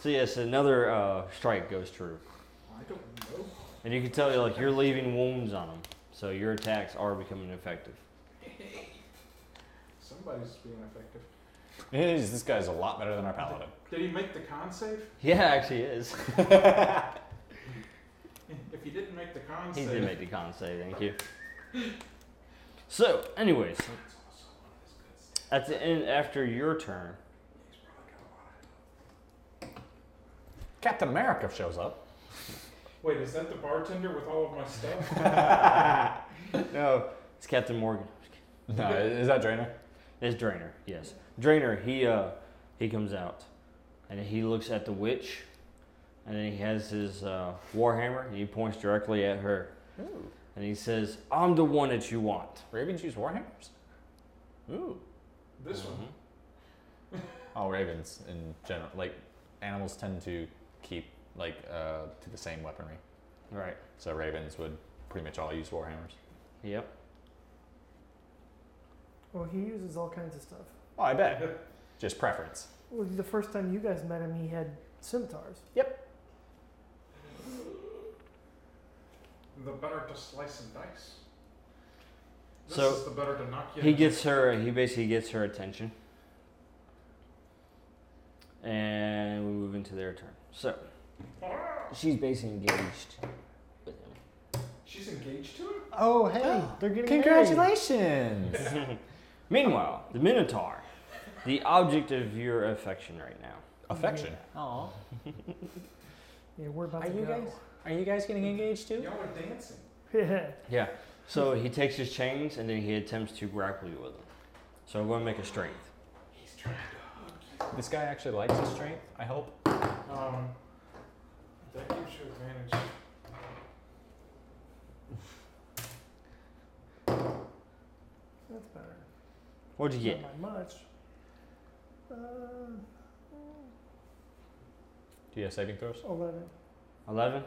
So yes, another uh, strike goes through,
I don't know.
and you can tell like you're leaving wounds on him. So your attacks are becoming effective.
Somebody's being effective.
It is. This guy's a lot better than our paladin.
Did he make the con save?
Yeah, actually it is.
If he didn't make the con
He
save,
did make the con save. Thank you. So, anyways,
it's also one of his good stats.
at the end after your turn,
He's probably got a lot of health.
Captain America shows up.
Wait, is that the bartender with all of my stuff?
no, it's Captain Morgan.
No, is that Drainer?
It's Drainer, yes. Drainer, he uh he comes out and he looks at the witch and then he has his uh, warhammer and he points directly at her. And he says, I'm the one that you want.
Ravens use warhammers. Ooh.
This one.
All Oh, ravens in general, like animals, tend to keep like uh, to the same weaponry.
Right.
So ravens would pretty much all use warhammers.
Yep.
well, he uses all kinds of stuff.
Oh, I bet. Just preference.
Well, the first time you guys met him, he had scimitars.
The better to slice and dice. This
So,
is the better to knock you.
He
in the-
gets her he basically gets her attention. And we move into their turn. So she's basically engaged with him.
She's engaged to him.
Oh, hey, they're getting married.
Congratulations!
Meanwhile, the Minotaur, the object of your affection right now.
Affection. Oh.
Yeah, we're about
Are
to
you
go.
guys? Are you guys getting engaged too?
Y'all are dancing.
Yeah.
Yeah. So he takes his chains and then he attempts to grapple you with them. So I'm going to make a strength.
He's trying
This guy actually likes his strength. I hope.
to. Um, that gives you advantage.
That's better.
What'd you get?
Not by much. Uh,
Do you have saving throws?
11.
Eleven.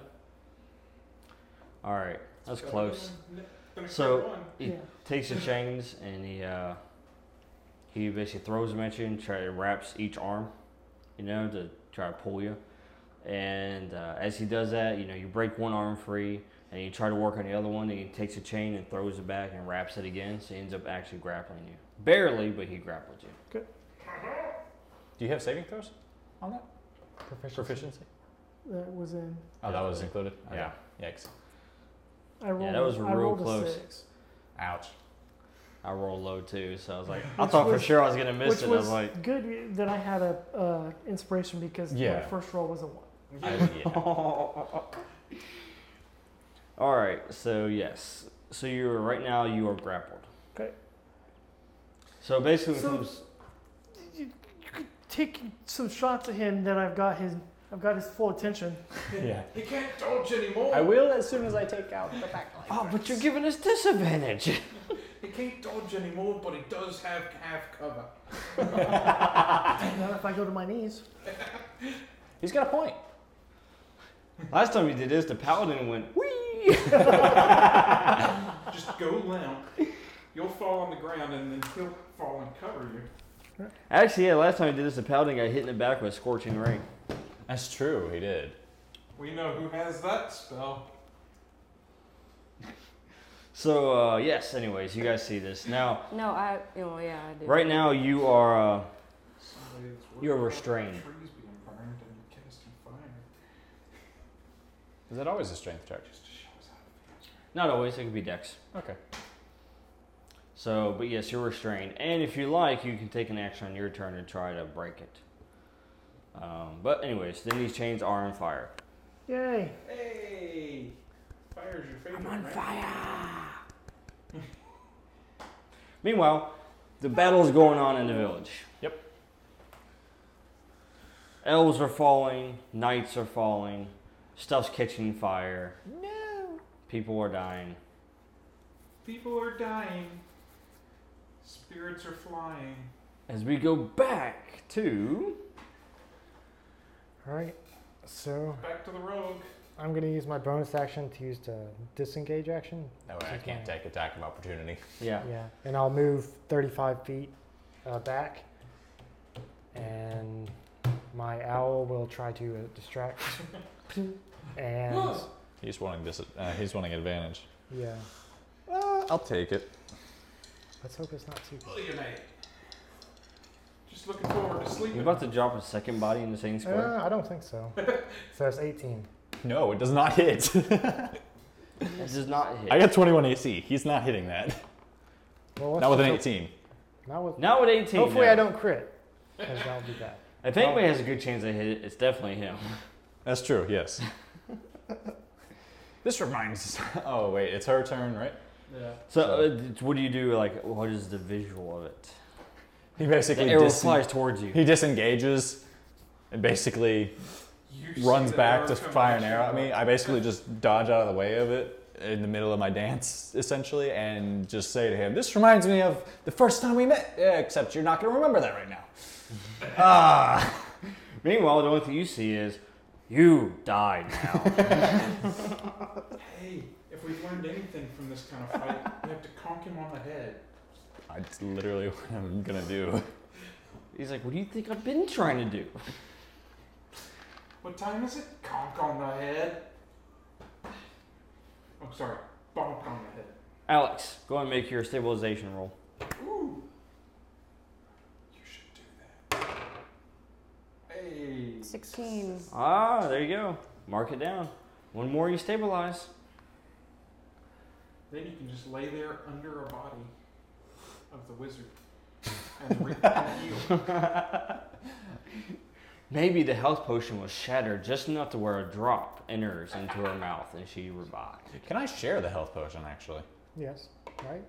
All right, that's
Better
close.
than- than a crit
So-
one.
He
Yeah.
takes the chains and he uh, he basically throws them at you and try wraps each arm, you know, to try to pull you. And uh, as he does that, you know, you break one arm free and you try to work on the other one. And he takes a chain and throws it back and wraps it again. So he ends up actually grappling you, barely, but he grappled you.
Do you have saving throws on that?
Proficiency.
Proficiency.
That was in.
Oh, that was included. Okay.
Yeah.
Yikes.
I rolled,
that was
I
real
rolled
close.
A six,
Ouch.
I rolled low too, so I was like, I
Which
thought
was-
for sure I was gonna miss
which
it. I
was
was like,
good that I had a uh, inspiration because my
Yeah.
first roll was a one.
I, yeah.
all right. So yes, so you're right now you are grappled.
Okay.
So basically,
So-
comes-
taking some shots at him that I've got his I've got his full attention.
Yeah.
He can't dodge anymore.
I will as soon as I take out the back line.
Oh, but you're giving us disadvantage.
He can't dodge anymore, but he does have half cover.
Now if I go to my knees,
He's got a point.
Last time you did this, the paladin went wee.
Just go down. You'll fall on the ground, and then he'll fall and cover you.
Actually, yeah, last time you did this, the paladin got hit in the back with a scorching ray.
That's true. He did.
We know who has that spell.
So uh, yes, anyways, you guys see this now.
No, I. Well, yeah, I do.
Right now, you are. Uh,
Somebody's worried
You're
about
restrained.
Trees being burned and casting fire.
Is that always a strength check?
Just to show us how
Not always. It could be Dex.
Okay.
So, but yes, you're restrained, and if you like, you can take an action on your turn to try to break it. Um, but anyways, then these chains are on fire.
yay!
to fire. Hey, fire's your favorite. right?
Meanwhile, the battle's going on in the village.
Yep.
Elves are falling, knights are falling, stuff's catching fire. No. People are dying.
People are dying. Spirits are flying.
As we go back to
All right. So
Back to the rogue.
I'm gonna use my bonus action to use the disengage action.
No way. I can't take attack of opportunity.
yeah,
Yeah, and I'll move 35 feet uh, back, and my owl will try to uh, distract. and
He's wanting this. Uh, he's wanting advantage.
yeah,
Uh, I'll take it.
let's hope it's not too.
Look at me. Just looking forward to sleeping.
you're about to drop a second body in the same square.
Uh, I don't think so. so it's 18.
No, it does not hit.
This does not hit.
I got 21 AC. He's not hitting that.
Well, let's
Not with an
just
18.
hope- Not with.
Now at 18.
Hopefully,
no.
I don't crit, because that would be bad.
If anybody has a good chance to hit it, it's definitely him.
That's true. Yes. this reminds. Oh wait, it's her turn, right?
Yeah.
So, uh, d- what do you do? Like, what is the visual of it?
He
The
basically
arrow
dis-
flies towards you.
he disengages and basically
You see
runs
the
back
arrow
to
come
fire
at
an
you.
arrow at me. I basically just dodge out of the way of it in the middle of my dance, essentially, and just say to him, "This reminds me of the first time we met, Yeah, except you're not going to remember that right now." ah,
Meanwhile, the only thing you see is you die now.
Hey, if we've learned anything from this kind of fight, we have to conk him on the head.
that's literally what I'm gonna do.
He's like, "What do you think I've been trying to do?"
What time is it? Conk on the head. I'm sorry. Bonk on the
Alex, go and make your stabilization roll.
head. Ooh. You should do that. Hey.
16.
Ah, there you go. Mark it down. One more, you stabilize.
Then you can just lay there under a body of the wizard and re- and heal.
Maybe the health potion was shattered just enough to where a drop enters into her mouth and she revived.
Can I share the health potion? Actually,
Yes, right?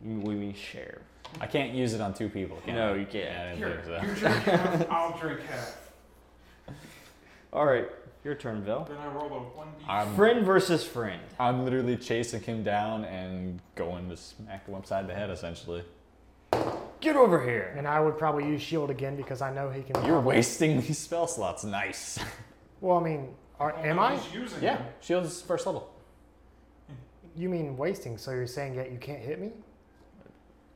We mean share.
I can't use it on two people. Can
No,
I?
you can't.
Yeah, I didn't
Here,
think so.
you drink half, I'll drink half.
All right, your turn, Vel.
Then I roll a one d.
I'm-
Friend versus friend.
I'm literally chasing him down and going to smack him upside the head, essentially.
Get over here.
And I would probably use shield again because I know he can.
You're wasting these spell slots. Nice.
Well, I mean, are, am I?
He's using
yeah,
them.
shield's first level.
You mean wasting? So you're saying that you can't hit me?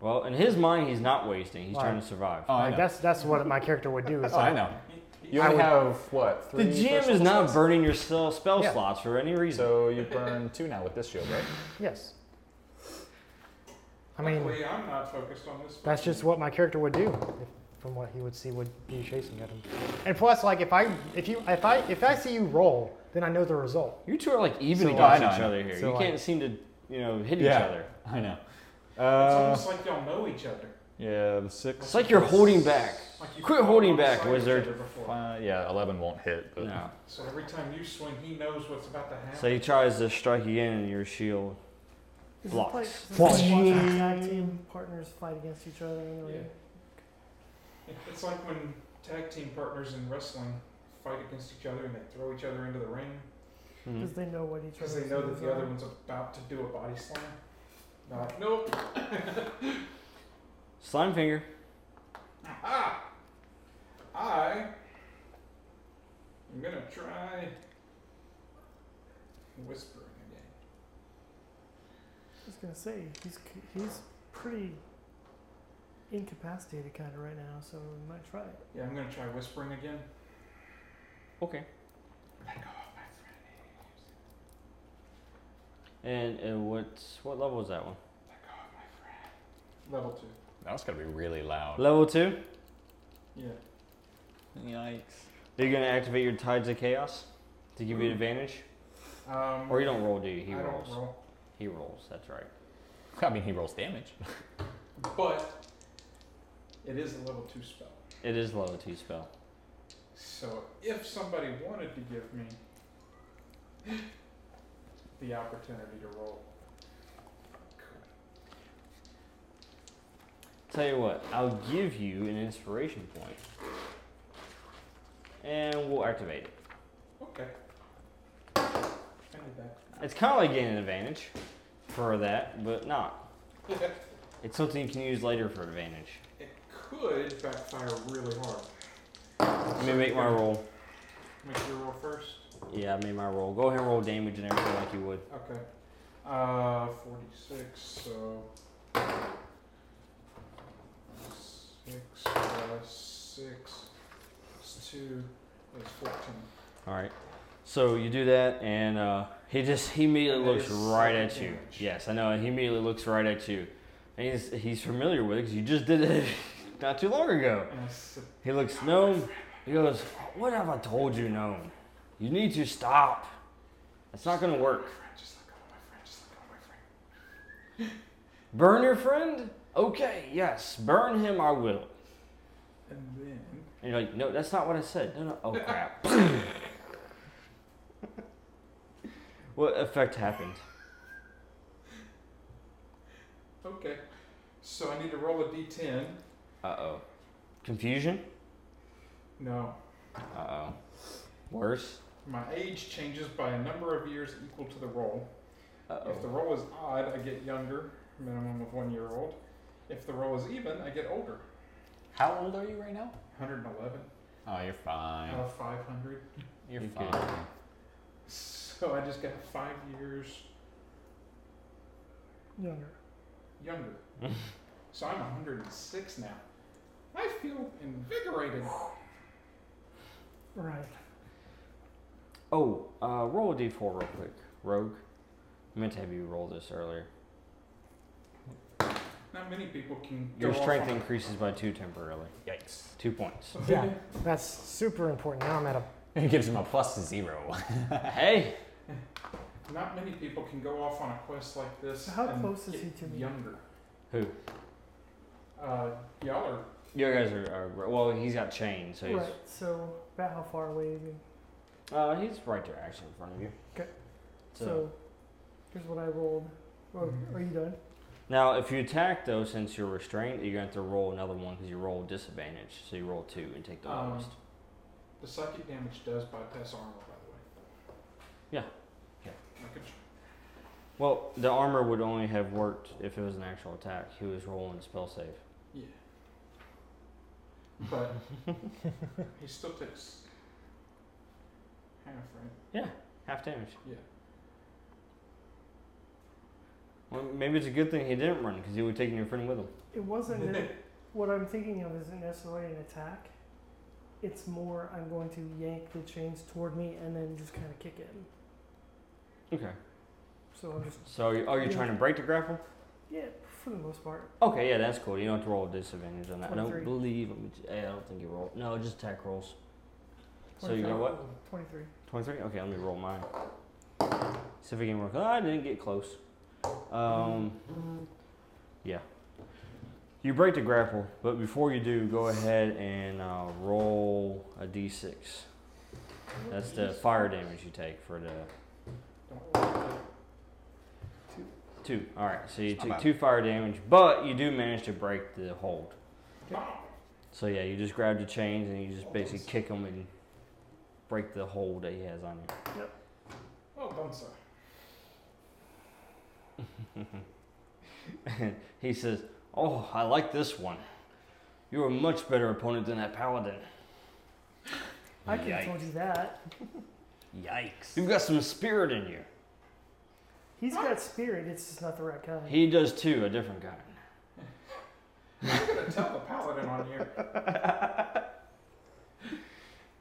Well, in his mind, he's not wasting. He's
Why?
trying to survive.
Oh, I
like
know.
that's that's what my character would do. Is
Oh, I
like,
know.
He- he-
You
I
only
would-
have what?
The
Three
GM
personal
is not
slots?
burning your spell, spell
Yeah.
slots for any reason.
So you burn two now with this shield, right?
Yes. I mean,
Luckily, I'm not focused on this.
that's just what my character would do, if, from what he would see would be chasing at him. And plus, like if I if you if I if I see you roll, then I know the result.
you two are like even
So
I
against
know,
each
I know.
other here.
So
you
I-
can't seem to, you know, hit each
Yeah.
other.
I know.
It's
Uh,
almost like y'all know each other.
yeah, the six.
It's like you're holding back.
Like you
Quit
fought
holding
alongside
back,
each
wizard.
other before.
Uh, yeah, eleven won't hit. But
No.
So every time you swing, he knows what's about to happen.
So he tries to strike again, and your shield
Is
Blocks.
It like, is this
Blocks.
like watching tag team partners fight against each other in the
Yeah.
ring?
It's like when tag team partners in wrestling fight against each other and they throw each other into the ring
Hmm.
because they know what each
because
other.
they know that the other one's about to do a body slam. They're like, nope.
Slime finger.
Ah, I am gonna try whispering again.
I was gonna say he's c- he's pretty incapacitated kind of right now, so we might try it.
Yeah, I'm gonna try whispering again.
Okay.
Let go of my friend.
And, and what's what level is that one?
Let go of my friend. Level two.
That's gotta be really loud.
Level two.
Yeah.
Yikes.
Are you gonna activate your tides of chaos to give you an advantage,
Um,
or you don't roll? Do you? He
I
rolls.
don't roll.
He rolls. That's right.
I mean, he rolls damage.
But it is a level two spell.
It is level two spell.
So if somebody wanted to give me the opportunity to roll,
Tell you what, I'll give you an inspiration point, and we'll activate it.
okay. I need that.
It's kind of like getting an advantage for that, but not. It's something you can use later for advantage.
It could backfire really hard.
Let me make my roll.
Make your roll first.
Yeah, I made my roll. Go ahead and roll damage and everything like you would.
Okay. Uh, 46, so. 6 plus 6 plus 2 is 14.
All right. So you do that, and uh, he just he immediately
And it
looks
is
right
psychic
at you.
damage.
Yes, I know. He immediately looks right at you, and he's he's familiar with it because you just did it not too long ago.
And I said,
He looks known. He goes, "What have I told you, known? You need to stop. It's not gonna work.
friend, just let go of my friend, just let go of my friend.
Burn your friend? Okay, yes, burn him. I will."
And then.
And you're like, "No, that's not what I said. No, no. Oh crap." what effect happened?
Okay. So I need to roll a d10.
Uh oh. Confusion?
No.
Uh oh. Worse?
My age changes by a number of years equal to the roll.
Uh
If the
oh.
roll is odd, I get younger, minimum of one year old. If the roll is even, I get older.
How old are you right now?
111
Oh, you're fine.
out of 500.
You're
You
fine.
good.
So I just got five years
Younger.
younger. so I'm 106 now. I feel invigorated.
Right.
Oh, uh, roll a d4 real quick. Rogue. I meant to have you roll this earlier.
Not many people can. Go
Your
off
strength
on-
increases by two temporarily.
Yikes.
Two points.
Yeah, that's super important. Now I'm at a
It gives him a plus zero.
hey!
Not many people can go off on a quest like this.
How
and
close is
get
he to me?
Younger.
Who?
Uh, y'all are
You guys are, are. gr- Well, he's got chains, so he's.
Right. So about how far away is he?
Uh, he's right there, actually, in front of you.
'Kay.
So.
So here's what I rolled. Well,
Mhm.
Mm-hmm.
Mm-hmm.
Are you done?
Now, if you attack, though, since you're restrained, you're going to have to roll another one because you roll disadvantage. So you roll two and take the
Um,
lowest.
The psychic damage does bypass armor, by the way.
Yeah. Yeah.
I could tr-
Well, the armor would only have worked if it was an actual attack. He was rolling a spell save.
yeah. But he still takes half, right?
Half damage.
Yeah.
Well, maybe it's a good thing he didn't run because he would have taken your friend with him.
It wasn't. an- what I'm thinking of isn't necessarily an attack. It's more I'm going to yank the chains toward me and then just kind of kick it.
Okay.
So I'm just
So are you, are you trying to break the grapple?
yeah, for the most part.
Okay, yeah, that's cool. You don't have to roll a disadvantage on that. I don't
23.
believe. Let me, j- I don't think you roll. No, just attack rolls. So you got what?
Twenty-three.
23? Okay, let me roll mine. See if we can work. Ah, I didn't get close. Um, yeah. You break the grapple, but before you do, go ahead and uh, roll a d6. That's the fire damage you take for the
Don't worry.
two. All right, so you
It's not
took
bad.
two fire damage, but you do manage to break the hold.
Wow.
So yeah, you just grab the chains and you just basically kick him and break the hold that he has on you.
Well done, sir.
And he says, "Oh, I like this one. You're a much better opponent than that paladin."
I could have told you that.
Yikes! You've got some spirit in you.
He's got spirit, it's just not the right kind.
He does too, a different kind.
I'm gonna tell the paladin on you.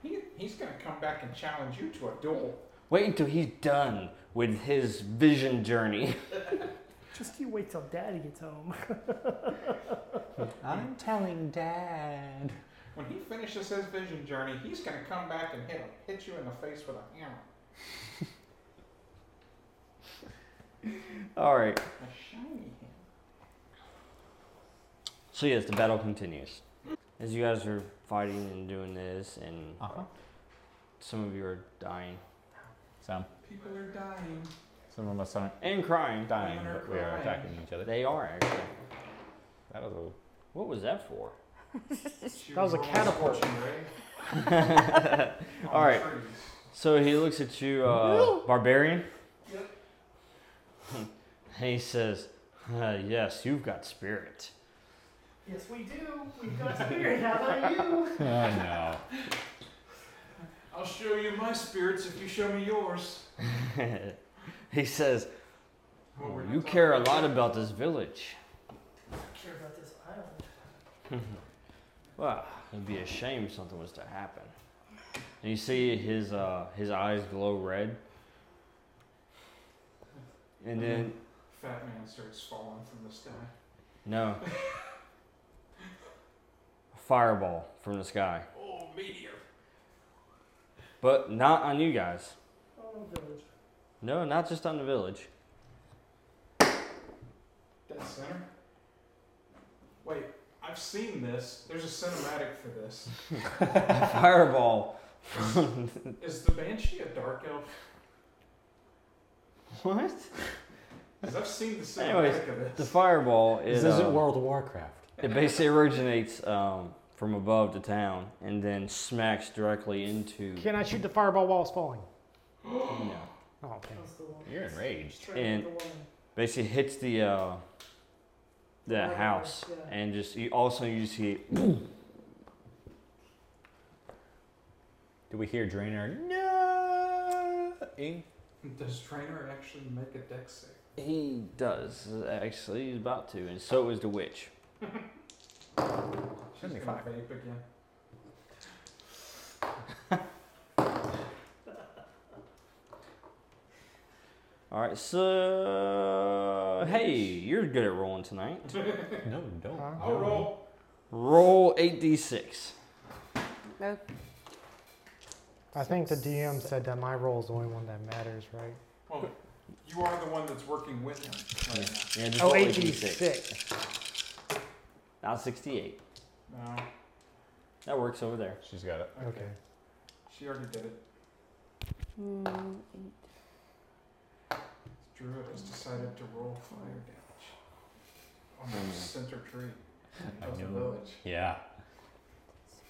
He, he's gonna come back and challenge you to a duel.
Wait until he's done with his vision journey.
Just you wait till daddy gets home.
I'm telling Dad.
When he finishes his vision journey, he's gonna come back and hit hit you in the face with a hammer.
All right.
A shiny hammer.
So yes, the battle continues. As you guys are fighting and doing this, and
Uh-huh.
some of you are dying
Some
People are dying.
some of us aren't
and crying.
dying, but we are attacking each other.
They are actually.
That was a
What was that for?
That was a catapult.
All right. So he looks at you, uh, barbarian. Yep. and he says, "Uh, "Yes, you've got spirit."
yes, we do. We've got spirit. How about you?
oh no.
I'll show you my spirits if you show me yours.
he says,
Well, we're not
"You
talking
care a
about
lot
that.
about this village."
I care about this island.
Well, it'd be a shame if something was to happen. And you see his uh, his eyes glow red. And then
Uh-huh. Fat man starts falling from the sky.
no. A fireball from the sky.
Oh, meteor.
But not on you guys.
Oh, village.
No, not just on the village.
Dead center? Wait, I've seen this. There's a cinematic for this.
A fireball from
Is the Banshee a dark elf?
what?
'Cause I've seen the cinematic
Anyways,
of
The
this.
fireball is
This isn't
uh,
World of Warcraft.
It basically originates um, from above the town and then smacks directly into.
Can I shoot the fireball while it's falling?
No.
Oh, okay.
That's the one.
You're enraged.
Straight
And-
the one.
Basically hits the uh, the
Right, right,
house
Oh, yeah.
and just you also you see
Do we hear Draenor? No. Ing?
Does Trainer actually make a deck save?
he does actually he's about to and so is the witch.
She's gonna vape again.
All right, so hey, you're good at rolling tonight.
No, don't.
Huh?
I'll roll.
Roll eight d six.
I think the DM said that my roll is the only one that matters, right?
Well, you are the one that's working with him right now.
Yeah, just
Oh,
roll 8d6.
86.
Now sixty eight.
No,
That works over there.
She's got it.
okay.
Okay.
She already did it.
Mm,
Druid has decided to roll fire damage on the center tree
Hmm. I
of the
knew it.
village.
Yeah.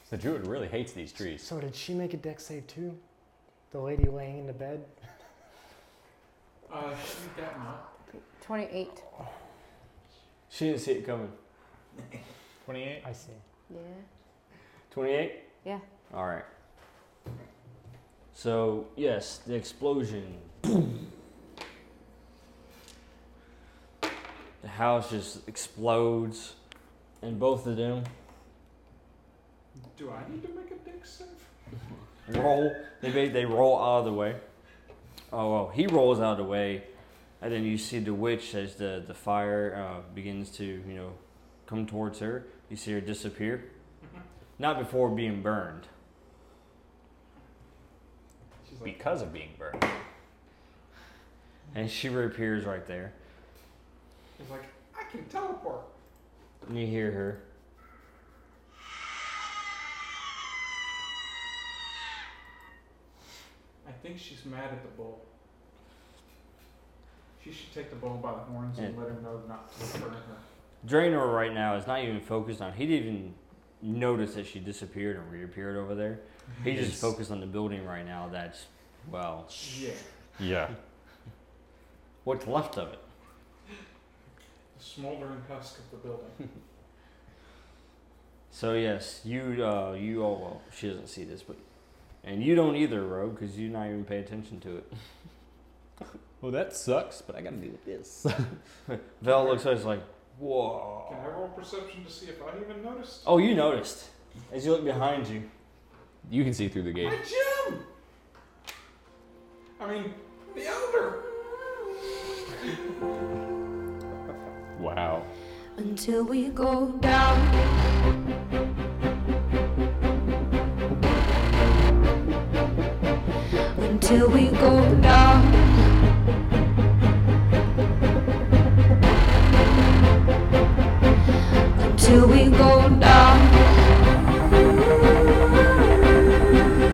The druid really hates these trees.
So did she make a deck save too? The lady laying in the bed?
Uh, she got not.
28.
She didn't see it coming.
Twenty-eight.
I see.
Yeah.
28?
Yeah.
All right. So, yes, the explosion. the house just explodes, and both of them
Do I need to make a deck save?
roll. They, ba- they roll out of the way. Oh, well, he rolls out of the way, and then you see the witch as the, the fire uh, begins to, you know, come towards her. You see her disappear. Not before being burned.
She's like,
Because of being burned.
And she reappears right there.
she's like, I can teleport.
And you hear her.
I think she's mad at the bull. She should take the bull by the horns and let him know not to burn her.
Draenor right now is not even focused on. He didn't even notice that she disappeared and reappeared over there. He's just focused on the building right now. That's well,
Yeah.
Yeah.
what's left of it.
The smoldering husk of the building.
So yes, you uh, you all well, she doesn't see this, but and you don't either, Rogue, because you not even pay attention to it.
Well, that sucks, but I gotta deal with this.
Val looks at us like, whoa.
Can I roll perception to see if I even noticed?
Oh, you noticed as you look behind you.
You can see through the gate.
My Jim! I mean, the elder!
Wow.
until we go down. Until we go down. Until we go down.